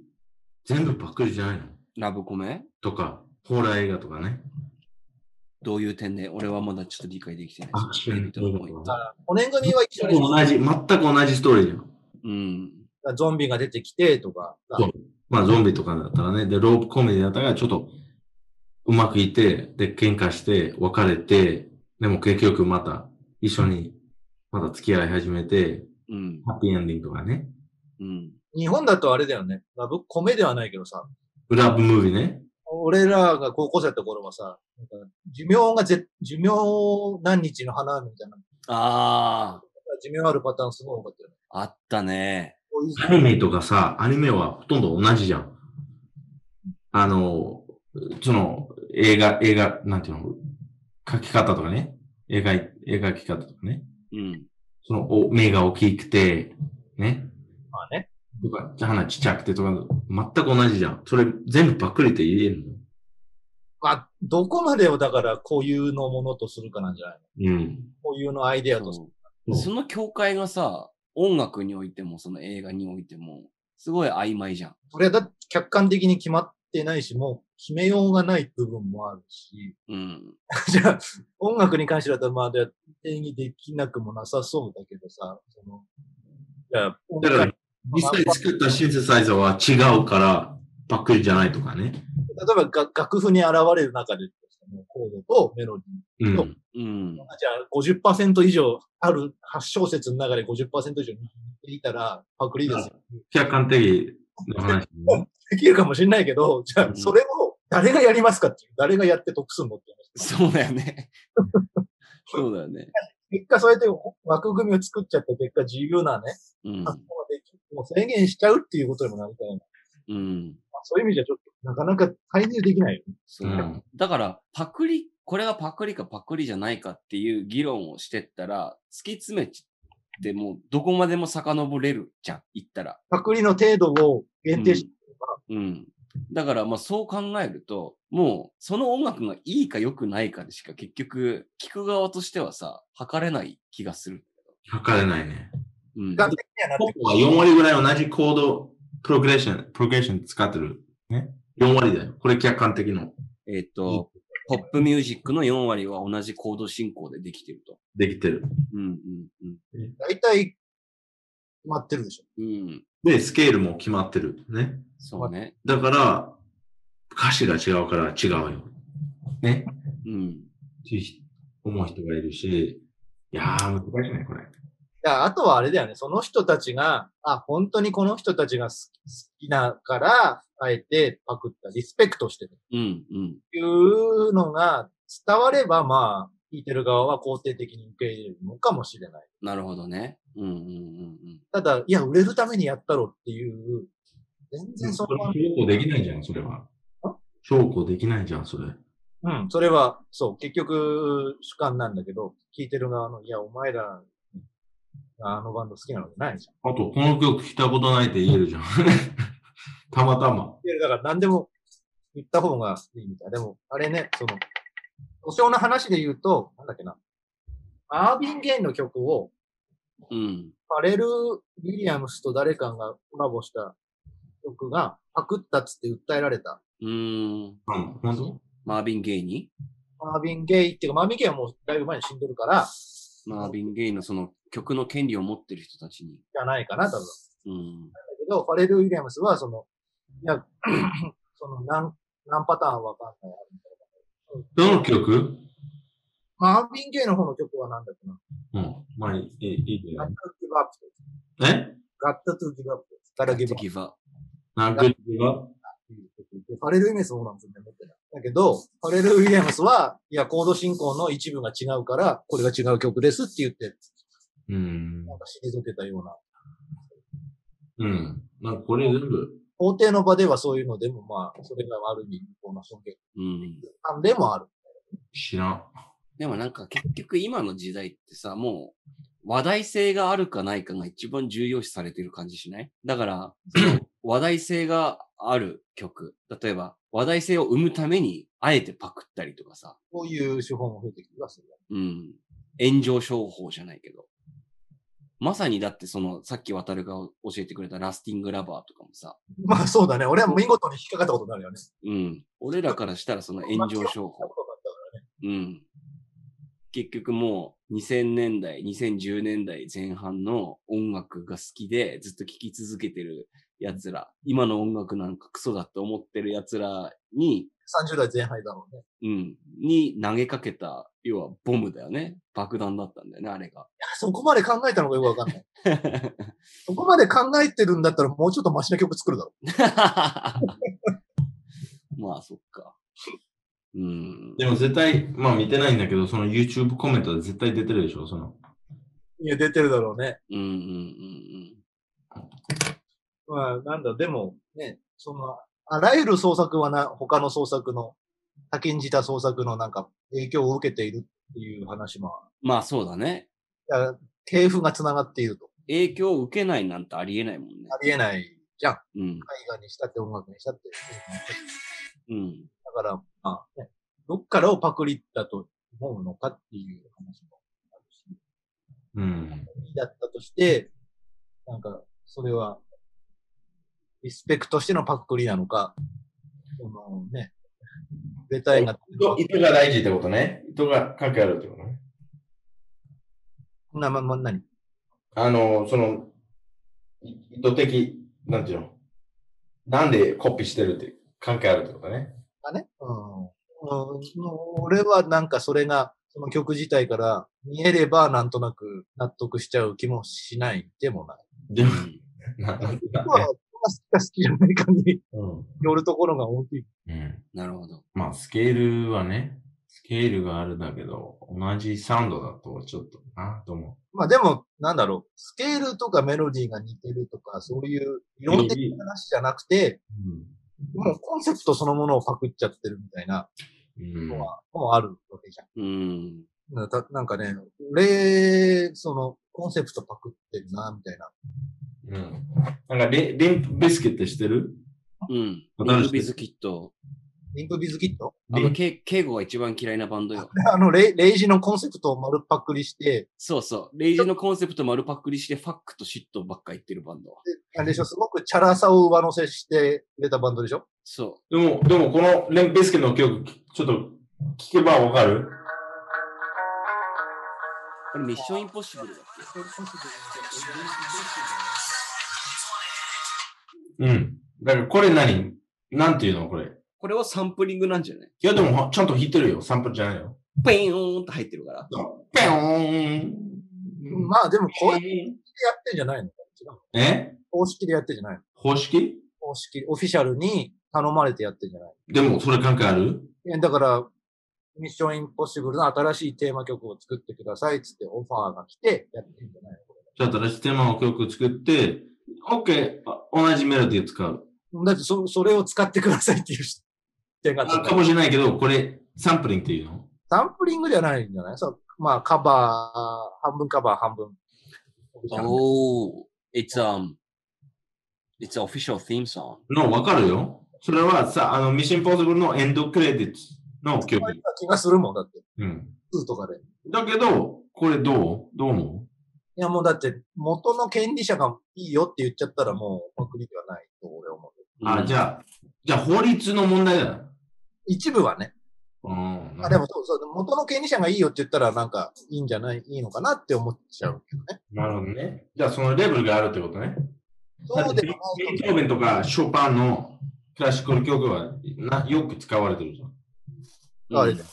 全部パクリじゃないのラブコメとか、ホラー映画とかね。どういう点で俺はまだちょっと理解できてないアクし。ション映画うと得る。だか、から骨組みは一緒に同じ、全く同じストーリーじゃん。ん。ゾンビが出てきてとか、そうまあ、ゾンビとかだったらね、で、ロープコメディだったら、ちょっと、うまくいって、で、喧嘩して、別れて、でも結局また、一緒に、また付き合い始めて、うん。ハッピーエンディングとかね。うん。日本だとあれだよね。まあ、ぶ米ではないけどさ、ラブムービーね。俺らが高校生だった頃はさ、なんか寿命がぜ、寿命何日の花みたいな、あ寿命あるパターンすごい多かったよね。あ、あったね。こういうアニメとかさ、アニメはほとんど同じじゃん。あの、その、映画、映画、なんていうの、書き方とかね。映画、描き方とかね。うん。その、お目が大きくて、ね。まあね。とか、花ちっちゃくてとか、全く同じじゃん。それ全部パクリって言えるまあ、どこまでをだから固有のものとするかなんじゃないののうん。固有のアイデアとする。そうその境界がさ、音楽においても、その映画においても、すごい曖昧じゃん。それはだって客観的に決まってないし、もう決めようがない部分もあるし、 うん。じゃあ、音楽に関してだと、まあ、定義できなくもなさそうだけどさ、その、じゃあ、だから、実際作ったシンセサイザーは違うから、パックリじゃないとかね。例えばが楽譜に現れる中で、そのコードとメロディーうん。そうん。じゃあ50%以上ある8小節の中で50%以上似ていたらパクリですよ。客観的な話、ね。できるかもしれないけど、じゃあうんそれを誰がやりますかっていう、誰がやって得するのって話。そうだよ ね。そうだよね。結果そうやって枠組みを作っちゃった結果自由なね、うん。発想ができもう制限しちゃうっていうことにもなりたいな。うん。まあそういう意味じゃちょっとなかなか介入できないよね。そううんだから、パクリ、これがパクリかパクリじゃないかっていう議論をしてったら、突き詰めてもうどこまでも遡れるじゃん、言ったら。パクリの程度を限定し、うん。だから、まあそう考えると、もうその音楽がいいか良くないかでしか結局、聞く側としてはさ、測れない気がする。測れないね。うん。感的にはなっポてッくるプは4割ぐらい同じコード、プログレッション、プログレッション使ってる。ね。4割だよ。これ客観的の。えっ、と、ポップミュージックの4割は同じコード進行でできてると。できてる。うんうんうん。大体決まってるでしょ。うん。で、スケールも決まってる。ね。そうね。だから、歌詞が違うから違うよ。ね。うん。っていう人思う人がいるし、いやー、難しいね、これ。だからあとはあれだよね、その人たちが、あ、本当にこの人たちが好き好きだから、あえてパクった、リスペクトしてるっうんうん。ていうのが伝われば、まあ、聞いてる側は肯定的に受け入れるのかもしれない。なるほどね。うんうんうんうん。ただ、いや、売れるためにやったろっていう、全然そそれんな、証拠できないじゃん、それはあ。証拠できないじゃん、それ。うん、それは、そう、結局、主観なんだけど、聞いてる側の、いや、お前ら、あのバンド好きなのじゃないじゃん。あと、この曲聞いたことないって言える じゃん。たまたま。いや、だから何でも言った方がいいみたい。でも、あれね、その、故障の話で言うと、なんだっけな。アービン・ゲインの曲を、うん。パレル・ウィリアムスと誰かがコラボした曲が、パクったっつって訴えられた。うーん。うん、本当マービン・ゲイにアービン・ゲイっていうか、マービン・ゲイはもうだいぶ前に死んでるから、マービン・ゲイのその曲の権利を持ってる人たちに。じゃないかな、多分。だうん。けど、パレル・ウィリアムスは、その、いや、 その、何、何パターンわかんない。どの曲マービン・ゲイの方の曲は何だっけな。うん。まあ、いい、いいけど Got to give up えと。Got to give up と。Gotta give up ギファ。なグッズがで、ファレル・ウィリアムスもなんですね、持ってない。だけど、ファレル・ウィリアムスは、いや、コード進行の一部が違うから、これが違う曲ですって言って、うんな。んか退けたような。うん。なんかこれ全部、法廷の場ではそういうのでも、まあ、それがある意味、この尊敬うん。感でもある。知らん。でもなんか結局今の時代ってさ、もう話題性があるかないかが一番重要視されてる感じしないだから、その話題性がある曲。例えば、話題性を生むために、あえてパクったりとかさ。こういう手法も増えてきてまする。うん。炎上商法じゃないけど。まさにだってその、さっき渡るが教えてくれたラスティングラバーとかもさ、まあ、そうだね。俺は見事に引っかかったことになるよね。うん。俺らからしたらその炎上商法。うん。結局もう2000年代、2010年代前半の音楽が好きでずっと聴き続けてる奴ら、今の音楽なんかクソだって思ってる奴らに、 30代前半だろうね。うん、に投げかけた、要はボムだよね。爆弾だったんだよね、あれが。いや そこまで考えたのがよくわかんない。 そこまで考えてるんだったら、もうちょっとマシな曲作るだろ まあ、そっか。うん。でも絶対、まあ見てないんだけど、その YouTube コメントで絶対出てるでしょ、その。う。いや、出てるだろうね。うんうんうんまあ、なんだ、でも、ね、その、あらゆる創作はな、他の創作の、先んじた創作のなんか影響を受けているっていう話も、うん。まあ、そうだね。いや系譜が繋がっていると。影響を受けないなんてありえないもんね。ありえないじゃん。絵うん。画にしたって音楽にしたって。うん。だから、まあ、ね、どっからをパクリだと思うのかっていう話もあるし。うん。だったとして、なんか、それは、リスペクトしてのパクリなのか、そのね、出たいな。糸が大事ってことね。糸が関係あるってことね。な、ま、ま、何あの、その、い意図的、なんていうのなんでコピーしてるって関係あるってことね。がね、うんうん、俺はなんかそれが、その曲自体から見えればなんとなく納得しちゃう気もしないでもない。でも、ななんていうかまあ、ね好きか好きじゃないかにうんよるところが大きい。うん。なるほど。まあ、スケールはね、スケールがあるんだけど、同じサウンドだとちょっとな、と思まあでも、なんだろう、スケールとかメロディーが似てるとか、そういう理論的な話じゃなくて、う。もうコンセプトそのものをパクっちゃってるみたいなうん。のは、もうあるわけじゃん。うん。なたなんかね、俺、その、コンセプトパクってるな、みたいな。うん。なんかリ、リンプビスケットしてるうん。新しいリングビズキット。リンプビズキット あリの、ンけ敬語が一番嫌いなバンドよ。あの、レイレイジのコンセプトを丸パクリして、そうそう。レイジのコンセプト丸パックリして、ファックとシットばっか言ってるバンド。あれでしょ、すごくチャラさを上乗せしてくれたバンドでしょそでも、でもこのリンプビスケットの曲、ちょっと聞けばわかるう。これミッションインポッシブルだっけうん。だからこれ何なんていうのこれ。いこれはサンプリングなんじゃないや、でもちゃんと弾いてるよ。サンプルじゃないよ。ペーンって入ってるから。ペーンまあでも、こうやってやってんじゃないの違うのえ公式でやってんじゃないの方式公式、オフィシャルに頼まれてやってんじゃないでも、それ関係あるのえだから、ミッションインポッシブルの新しいテーマ曲を作ってくださいっつってオファーが来てやってんじゃないじゃあ、新しいテーマの曲作って、OK、あ同じメロディー使う。のだってそ、それを使ってくださいっていう点があったあからかもしれないけど、これ、サンプリングっていうのサンプリングじゃないんじゃないそう、まあカバー、半分カバー、半分。 Oh, it's um, it's an official theme song. の、わかるよ。それはさ、あの、ミッションポーズブルのエンドクレディットの曲。気がするもん、だって。うん。 2とかで。だけど、これどうどう思いや、もうだって、元の権利者がいいよって言っちゃったらもう、パクリではないと俺思う。うあ、じゃあ、じゃあ法律の問題だな。一部はね。うん。あでもそうそう、元の権利者がいいよって言ったらなんか、いいんじゃない、いいのかなって思っちゃうけどね。なるほどね。じゃあ、そのレベルがあるってことね。そうでもベないーとベーベンとかショパンのクラシックの曲はなよく使われてるじゃん。うんあれだ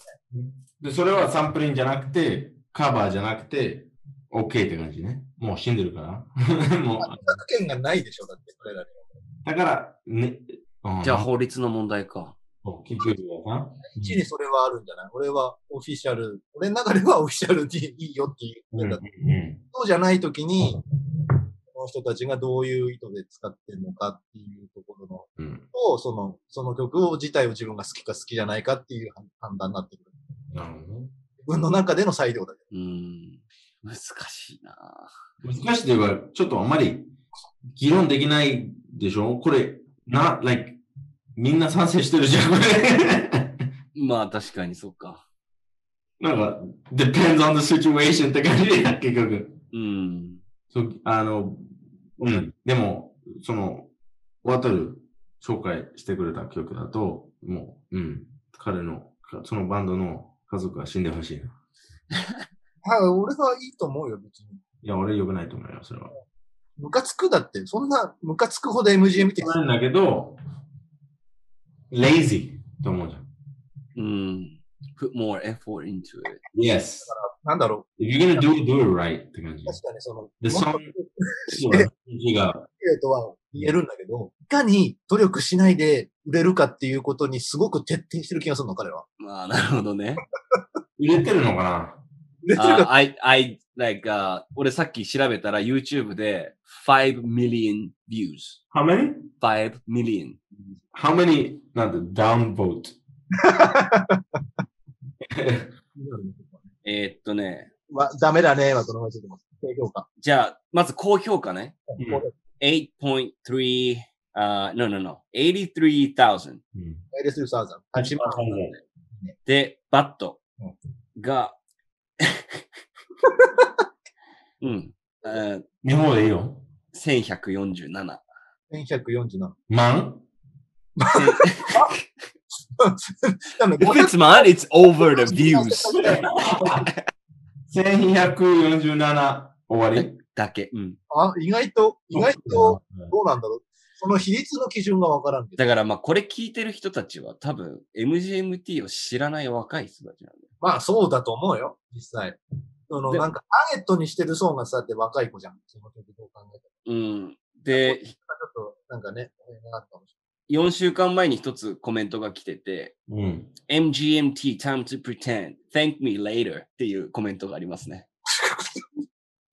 で、それはサンプリングじゃなくて、カバーじゃなくて、OK って感じね。もう死んでるから。もう、著作権がないでしょ、だって、これらに。だから、ね。うんじゃあ、法律の問題か。そう結局はな。一にそれはあるんじゃない俺はオフィシャル、俺の中ではオフィシャルでいいよってう言っんてうた。んそうじゃないときに、この人たちがどういう意図で使ってるのかっていうところのうん。と、その、その曲を自体を自分が好きか好きじゃないかっていう判判断になってくる。なるほどね。自分の中での裁量だけうん。難しいな難しいといえば、ちょっとあんまり議論できないでしょこれ、な、like、みんな賛成してるじゃん、これ。まあ、確かにそうか。なんか、depends on the situation って感じだ、結局。うん。そう、あの、うん。でも、その、渡る紹介してくれた曲だと、もう、うん。彼の、かそのバンドの家族は死んでほしいな。ど。はい、俺はいいと思うよ、別に。いや、俺良くないと思うよ、それは。ムカつくだって、そんな、ムカつくほど MGM 見てなんだけど、lazy と思うじゃん。うん。put more effort into it. Yes. なんだろ If you're gonna do it, do it right って感じう。。確かにその、 The もっ song とそうだねが、えとは言えるんだけど、いかに努力しないで売れるかっていうことにすごく徹底してる気がするの、彼は。まあ、なるほど ね。入れてるのかな売れてるかあ I, I, like, uh, 俺さっき調べたら YouTube で5 million views. ?How many? 5 million. How many? なんだ、downvote. えーっとね。わダメだね、はそのままついてます。低評価。じゃあ、まず高評価ね。うんこれ 8.3, uh, no, no, no, 83,000. うんダイレスユーサーザン。8万。で、バットうんが、 うん、あー日本でいいよ。 1147。 1147。 万多分 If it's mine, it's over the views. 1147終わりだけ。うん。あ意外と、意外と、どうなんだろう。その比率の基準がわからんけど。だからまあこれ聞いてる人たちは多分 MGMT を知らない若い人たちなんだよ。まあ、そうだと思うよ、実際。その、でなんか、ターゲットにしてる層がさ、って若い子じゃん。その時どう考えても。うん。で、ちょっと、なんかね、あれがあったかもし4週間前に一つコメントが来てて、うん。 MGMT time to pretend, thank me later っていうコメントがありますね。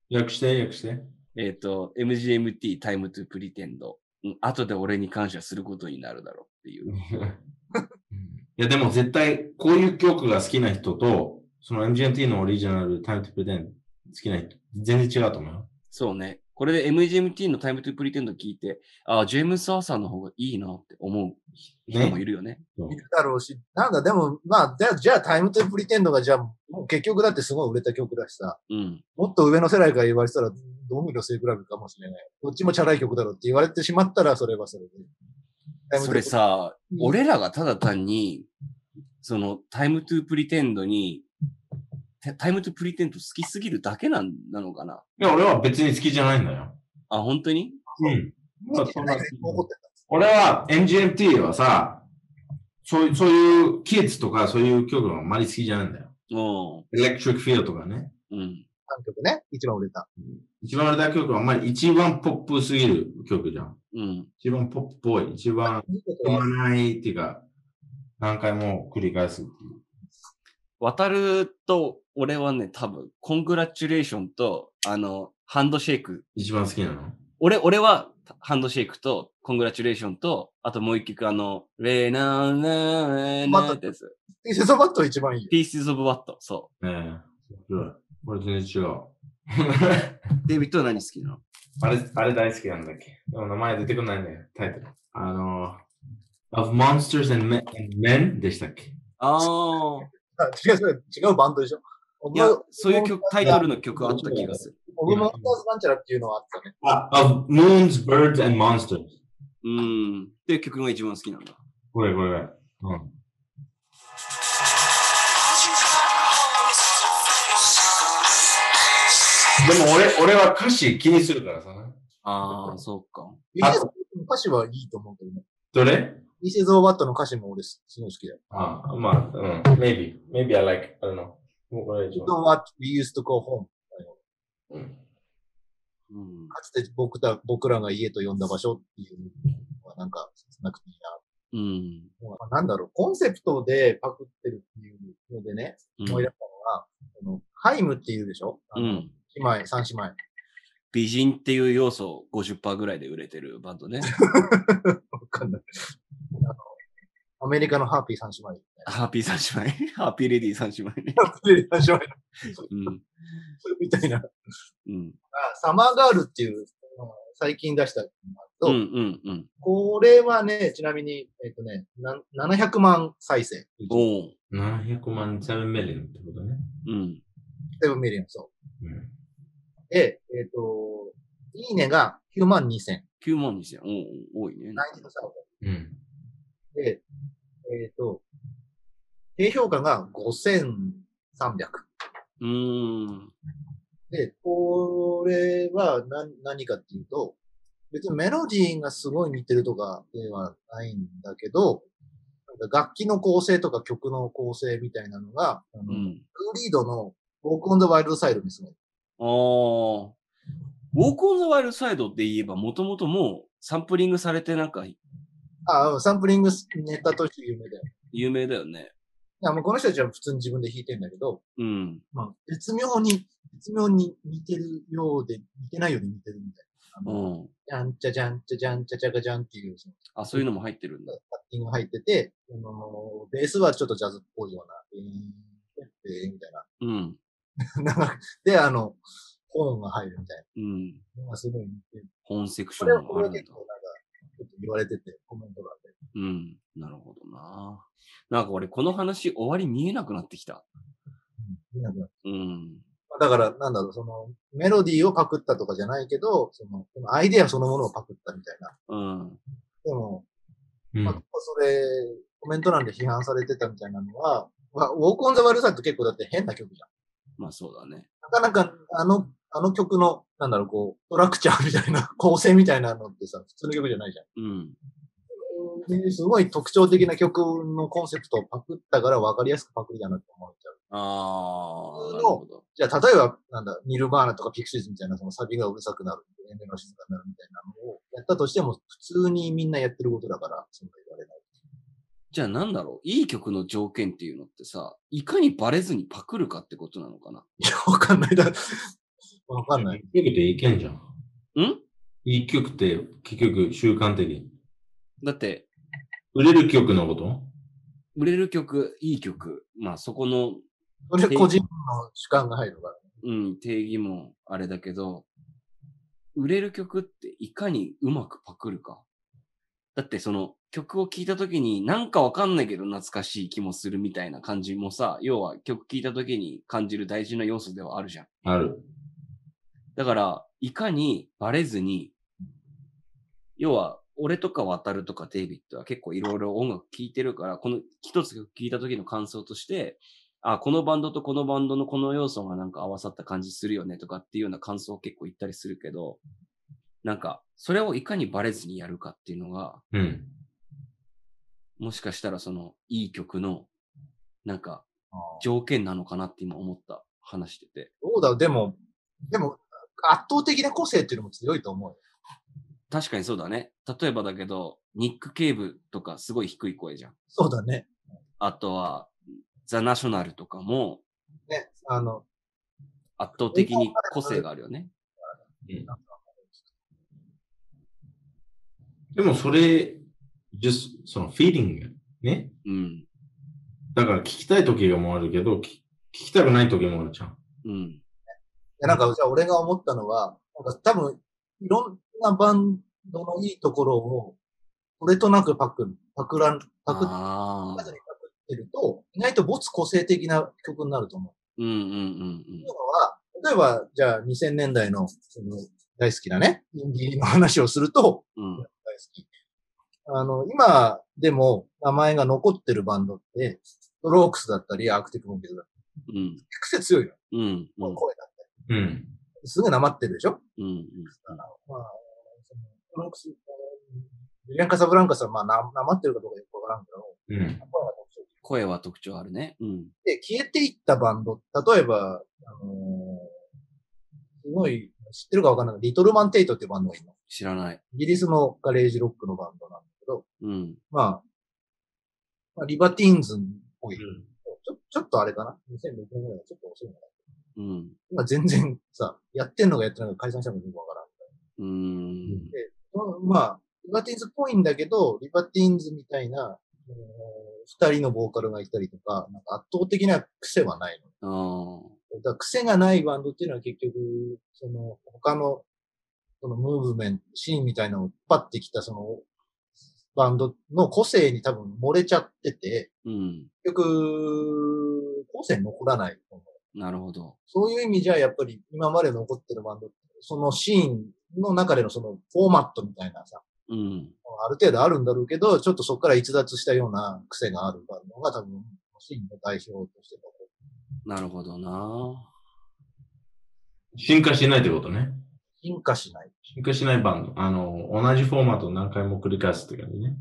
訳して、訳して。えっ、と、MGMT time to pretend、うん後で俺に感謝することになるだろうっていう。いや、でも絶対、こういう曲が好きな人と、その MGMT のオリジナル、Time to Pretend 好きな人、全然違うと思うよ。そうね。これで MGMT の time to pretend 聞いて、ああ、ジェームス・アーサーの方がいいなって思う人もいるよね。そうれない。いるだろうし、なんだ、でも、まあ、じゃあ、じゃあタイムトゥプリテンドが、じゃあ、もう結局だってすごい売れた曲だしさ、うん。もっと上の世代から言われてたら、どう見る性比べかもしれない。どっちもチャラい曲だろうって言われてしまったら、それはそれで。タイそムトゥプれリテンドさ、うん俺らがただ単に、その、タイムトゥプリテンドに、タタイムトゥプリテンド好きすぎるだけなんなのかないや、俺は別に好きじゃないんだよ。あ、本当にうん。もうじゃないから怒ってた。俺は MGMT はさ、そういう、そういうキッズとかそういう曲があんまり好きじゃないんだよ。うん。 Electric Feel とかね。うん。 3曲ね、一番売れた。一番俺だ曲はあんまり一番ポップすぎる曲じゃん。うん。一番ポップっぽい。一番いいこ止とはまないっていうか、何回も繰り返すっていう。渡ると、俺はね、多分、コングラチュレーションと、あの、ハンドシェイク。一番好きなの。俺、俺は、ハンドシェイクと、コングラチュレーションと、あともう一曲、あの、レナーナーナーってやつ。ピース・バット一番いいよ。 Pieces of What。そええこれ全然違う。う。デビットは何好きなの あれ、あれ大好きなんだっけ。でも名前出てこないんだよ、タイトル。あの、Of Monsters and Men, and Men でしたっけ。ああ。あ違う、それ違うバンドでしょ。オいブ・やオ、そういう曲、タイトルの曲あった気がする。ブ・モンスターズなんちゃらっていうのはあったね。あ、Of Moons, Birds and Monsters。うん。っていう曲が一番好きなんだ。これこれ。うん。でも俺、俺は歌詞気にするからさ。ああ、そうか。ビーセズの歌詞はいいと思うけどね。どれビーセズ・オブ・バットの歌詞も俺すすごい好きだよ。あ、まあ、うん。Maybe. Maybe I like, I don't know. もうこれ以 Don't what we used to go home. うん。かつて僕た僕らが家と呼んだ場所っていうのはなんか切なくていいうん。な。まあなんだろう、コンセプトでパクってるっていうのでね、うん思い出したのが、あのハイムっていうでしょあうのん。姉妹、三姉妹。美人っていう要素50%ぐらいで売れてるバンドね。わかんない。あの、アメリカのハーピー三姉妹。ハーピー三姉妹。 ハーピーレディ三姉妹ね。三姉妹うん。みたいな。うん。サマーガールっていう、あの最近出したのうと、んうんうん。これはね、ちなみに、えっ、とね、な700万再生。お7う。 700万、7 million ってことね。うん。ミリオン、そうん。う。で、えっ、と、いいねが9万2000。9000 9万にして、おうおう、多いね。うん。で、えっ、と、低評価が5300。うーん。で、これは何何かっていうと、別にメロディーがすごい似てるとかではないんだけど、なんか楽器の構成とか曲の構成みたいなのが、あのうルーん。リードのウォークオンドワイルドサイドですね。ああ。ウォークオンザワイルドサイドって言えば、もともともうサンプリングされてなんかああ、サンプリングネタとして有名だよ。い有名だよね。やもうこの人たちは普通に自分で弾いてんだけど、うん。まあ、絶妙に、絶妙に似てるようで、似てないようで似てるみたいな。うあのん。じゃんちゃじゃんちゃじゃんちゃちゃがじゃんっていう、そのあ、そういうのも入ってるんだ。カッティングが入ってて、あのベースはちょっとジャズっぽいような、えー、えー、みたいうん。な。 なんかで、あの、ホーンが入るみたいうん。なのがすごい似てる。本セクシこョれはンこもあれるはんだ結。構なんか、ちょっと言われてて、コメントがあって。うん。なるほどな。なんか俺、この話終わり見えなくなってきた。みんながまうん。だから、なんだろう、その、メロディーをパクったとかじゃないけど、その、でもアイデアそのものをパクったみたいな。うん。でも、うんまあ、それ、コメント欄で批判されてたみたいなのは、まあウォークオンザワルサーって結構だって変な曲じゃん。まあそうだね。なかなか、あの、あの曲の、なんだろう、こう、ストラクチャーみたいな、 構成みたいなのってさ、普通の曲じゃないじゃん。うん。ですごい特徴的な曲のコンセプトをパクったから分かりやすくパクリだなって思っちゃう。ああ、普な通るのほど。じゃあ、例えば、なんだ、ニルバーナとかピクシーズみたいな、そのサビがうるさくなる、エンディングが静かになるみたいなのをやったとしても、普通にみんなやってることだから、そんな言われない。 じゃあなんだろういい曲の条件っていうのってさ、いかにバレずにパクるかってことなのかないや、わかんないだ。わかんない。一曲でいけんじゃん。ん一曲って結局習慣的に。だって、売れる曲のこと売れる曲、いい曲、まあそこの、それ個人の主観が入るから。うん、定義もあれだけど、売れる曲っていかにうまくパクるか。だってその曲を聴いた時になんかわかんないけど懐かしい気もするみたいな感じもさ、要は曲聴いた時に感じる大事な要素ではあるじゃん。ある。だから、いかにバレずに、要は、俺とか渡るとかデイビッドは結構いろいろ音楽聴いてるから、この一つ曲聴いた時の感想として、あ、このバンドとこのバンドのこの要素がなんか合わさった感じするよねとかっていうような感想を結構言ったりするけど、なんか、それをいかにバレずにやるかっていうのが、うん。もしかしたらその、いい曲の、なんか、あー条件なのかなって今思った話してて。どうだろうでも、でも、圧倒的な個性っていうのも強いと思うよ。確かにそうだね。例えばだけど、ニック・ケイブとかすごい低い声じゃん。そうだね。あとは、ザ・ナショナルとかもね、あの、圧倒的に個性があるよね。でもそれ、just そのフィーリング。ね。うん。だから聞きたい時もあるけど、き聞きたくない時もあるじゃん。うん。いや、なんか、じゃあ俺が思ったのは、なんか多分、いろんなバンドのいいところを、それとなくパクる、パクらん、パクっあパあク。ってると、意外と没個性的な曲になると思う。うんうんというのは、例えば、じゃあ2000年代の、その大好きなね、インディーの話をすると、うんうん。うん。大好き。あの、今でも名前が残ってるバンドって、ストロークスだったり、アークティックモンキーズだったうん。り、癖強いの。うん。うん。声だっうん。て。すぐなまってるでしょうん。まあ、そのストロークス、ジュリアン・カサブランカスはまあ、ななまってるかどうかよくわからんけど、うん。声が特徴的声は特徴あるね。うん。で、消えていったバンド、例えば、あのーすごい、知ってるかわかんないけどリトルマン・テイトっていうバンドがいるの。知らない。イギリスのガレージロックのバンドなんだけど、うん。まあ、まあ、リバティーンズっぽい。ちょちょっとあれかな ?2006 年ぐらいはちょっと遅いのかなうん。今全然さ、やってんのかやってないのか解散したのかよくわからん。うーん。うんまあ、リバティーンズっぽいんだけど、リバティーンズみたいな、えー二人のボーカルがいたりとか、なんか圧倒的な癖はないああ。の。だから癖がないバンドっていうのは結局、その、他の、そのムーブメント、シーンみたいなのを引っ張ってきた、その、バンドの個性に多分漏れちゃってて、うん。結局、個性残らないと思う。なるほど。そういう意味じゃ、やっぱり今まで残ってるバンドって、そのシーンの中でのそのフォーマットみたいなさ、うん。ある程度あるんだろうけど、ちょっとそこから逸脱したような癖があるバンドが多分、シーンの代表としてなるほどな。進化してないってことね。進化しない。進化しないバンド。あの、同じフォーマットを何回も繰り返すって感じね。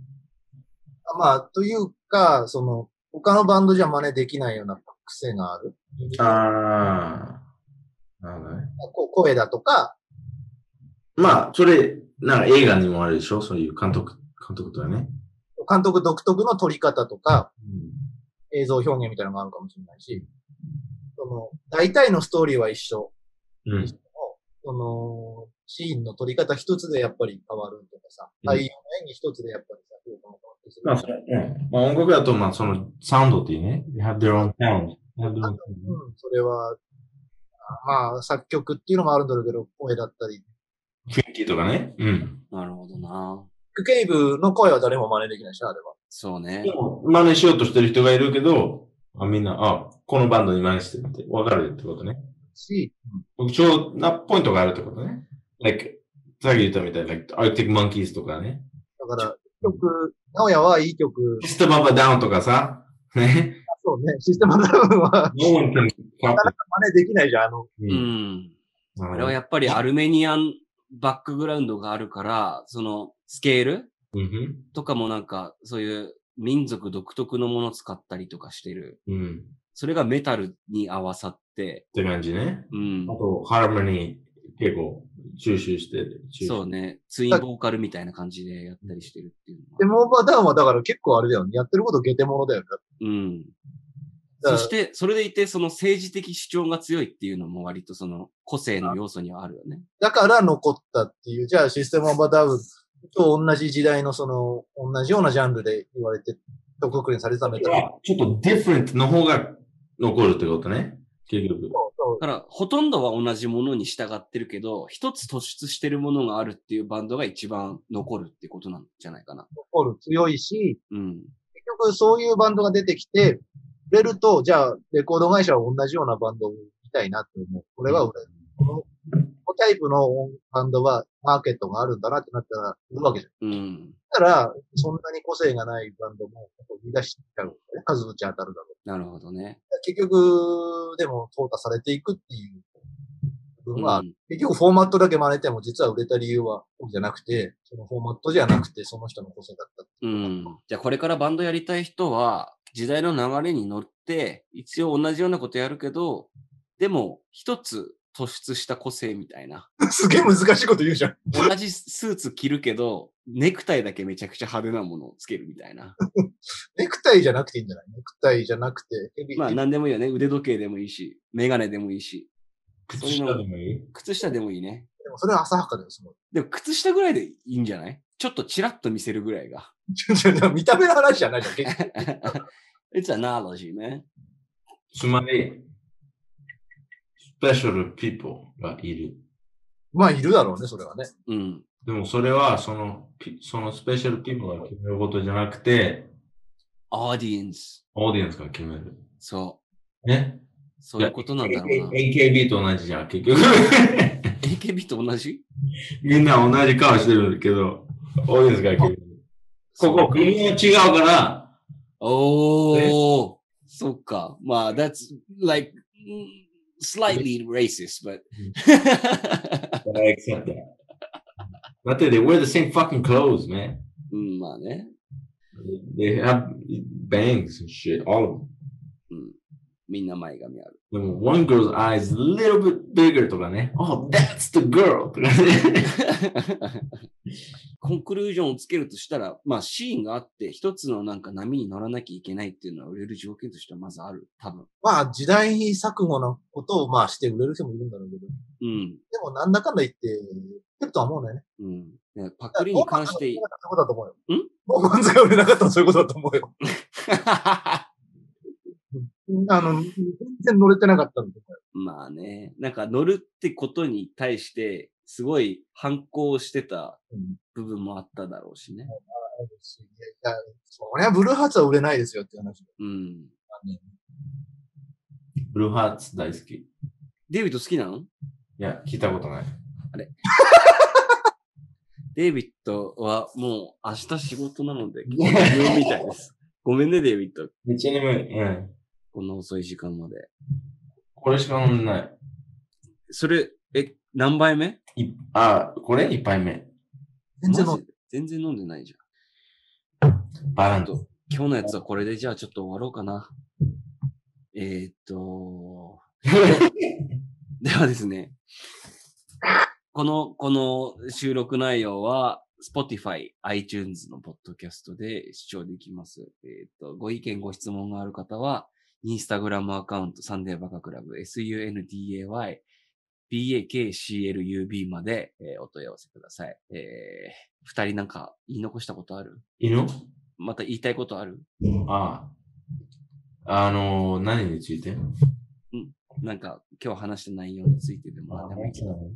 まあ、というか、その、他のバンドじゃ真似できないような癖がある。ああ。なるほどね。こう声だとか、まあ、それ、なんか映画にもあるでしょそういう監督、監督とはね。監督独特の撮り方とか、うん映像表現みたいなのがあるかもしれないし、その、大体のストーリーは一緒。うん。その、シーンの撮り方一つでやっぱり変わるとかさ、うん俳優の演技一つでやっぱりさ、評価も変わってすまあ、るそれ、うん。まあ、音楽だと、まあ、その、サウンドっていうね。They have their own sound. They have their own うん、それは、あまあ、作曲っていうのもあるんだろうけど、声だったり。雰囲気とかね。うん。なるほどな。クケイブの声は誰も真似できないし、あれは。そうねで。も、真似しようとしてる人がいるけど、あみんな、あ、このバンドに真似してるって、わかるってことね。し、特徴なポイントがあるってことね。like、さっき言ったみたいに、like, Arctic Monkeys とかね。だから、曲、直哉はいい曲、システムアップダウンとかさ、ね。そうね、システムダウンは No one can copy. 真似できないじゃん、あの、ううんん。あれはやっぱりアルメニアンバックグラウンドがあるから、そのスケールうんとかもなんか、そういう民族独特のもの使ったりとかしてる。うん。うん。っそれがメタルに合わさって、て感じね。うんあ。と、ハーモニー結構収集してる。そうね。ツインボーカルみたいな感じでやったりしてるっていうのでは。もオーバーダウンはだから結構あれだよね。やってることゲテモノだよね。うん。だからそして、それでいて、その政治的主張が強いっていうのも割とその個性の要素にはあるよね。だから残ったっていう、じゃあシステムオーバーダウンと同じ時代のその、同じようなジャンルで言われて、特訓されためたら、あちょっと different の方が残るってことね。結局。そうそうだから、ほとんどは同じものに従ってるけど、一つ突出してるものがあるっていうバンドが一番残るってことなんじゃないかな。残る強いし、うん。結局そういうバンドが出てきて、売れると、じゃあレコード会社は同じようなバンドを見たいなって思う。これは売れる。このこのタイプのバンドはマーケットがあるんだなってなったら、売るわけじゃん。うん。だから、そんなに個性がないバンドも、見出しちゃう、ね。数打ち当たるだろう。なるほどね。結局、でも、淘汰されていくっていう部分はある、うん結局フォーマットだけ真似ても、実は売れた理由は、僕じゃなくて、そのフォーマットじゃなくて、その人の個性だったってういう。ん。じゃあこれからバンドやりたい人は、時代の流れに乗って、一応同じようなことやるけど、でも、一つ突出した個性みたいな。 すげえ難しいこと言うじゃん。同じスーツ着るけど、ネクタイだけめちゃくちゃ派手なものをつけるみたいな。 ネクタイじゃなくていいんじゃないネクタイじゃなくて、ヘビ、まあヘビ何でもいいよね。腕時計でもいいし、メガネでもいいし、靴下でもいい靴下でもいいね。でもそれは浅はかだよ、その。でも靴下ぐらいでいいんじゃないちょっとチラッと見せるぐらいが。 ちょちょちょ見た目の話じゃないじゃん。結局 It's an analogy, man. つまり、スペシャル people がいる。まあ、いるだろうね、それはね。うん。でもそれはその、ピそのスペシャル people が決めることじゃなくて、 audience. オーディエンスが決める。そね。う。そういうことなんだろうな。 AKB と同じじゃん、結局。 AKB と同じみんな同じ顔してるけど、オーディエンスが決める。ここ、国が違うから、おー。そっか。まあ、that's like mm, slightly racist, but. I accept that. だって、they wear the same fucking clothes, man. うん、まあね。 They have bangs and shit, all of them. うん。みんな前髪ある。 でも、one girl's eyes a little bit bigger とかね。Oh, that's the girl! とかね。コンクルージョンをつけるとしたら、まあシーンがあって、一つのなんか波に乗らなきゃいけないっていうのは売れる条件としてはまずある。多分。まあ、時代錯誤のことを、まあ、して売れる人もいるんだろうけど。うん。でも、なんだかんだ言って、売るとは思うんだよね。うん。ねパクリに関して、 そういうことだと思うよ。んボーマンズが売れなかったらそういうことだと思うよ。あの、全然乗れてなかったんで。まあね、なんか乗るってことに対して、すごい反抗してたうん部分もあっただろうしね。いや、そりゃブルーハーツは売れないですよって話。うん。ブルーハーツ大好き。いデイビッド好きなのや、聞いたことない。デイビッドはもう明日仕事な ので、今日無料みたいです。ごめんね、デイビッド。めっちゃ眠い。うん。こんな遅い時間まで。これしか飲んでない。それ、え、何杯目いあ、これ一杯目。全然乗マジで全然飲んでないじゃん。バランド。今日のやつはこれでじゃあちょっと終わろうかな。えー、っと、ではですね、この、この収録内容は、Spotify、iTunes のポッドキャストで視聴できます。えーっと、ご意見、ご質問がある方は、インスタグラムアカウント、サンデーバカクラブ、sunday, bakclub まで、えーお問い合わせください。えー二人なんか言い残したことある犬また言いたいことあるああ。あのー、何についてなんか今日話した内容についてでも何でもいいけど。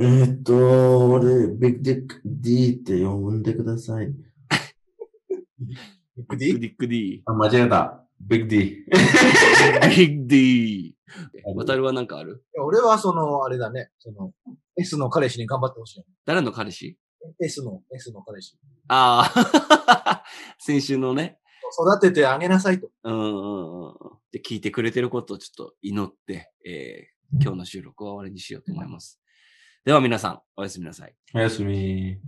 えーっと、俺、ビッグディック D って呼んでください。ビッグ D? ディックディ。あ、間違えた。 Big D。 Big D。渡るはなんかあるや俺はその、あれだね、その、S の彼氏に頑張ってほしいよね。誰の彼氏 S の、S の彼氏。ああ、 先週のね。育ててあげなさいと。うんうんうん。で、聞いてくれてることをちょっと祈って、えー今日の収録は終わりにしようと思います。では皆さん、おやすみなさい。おやすみ。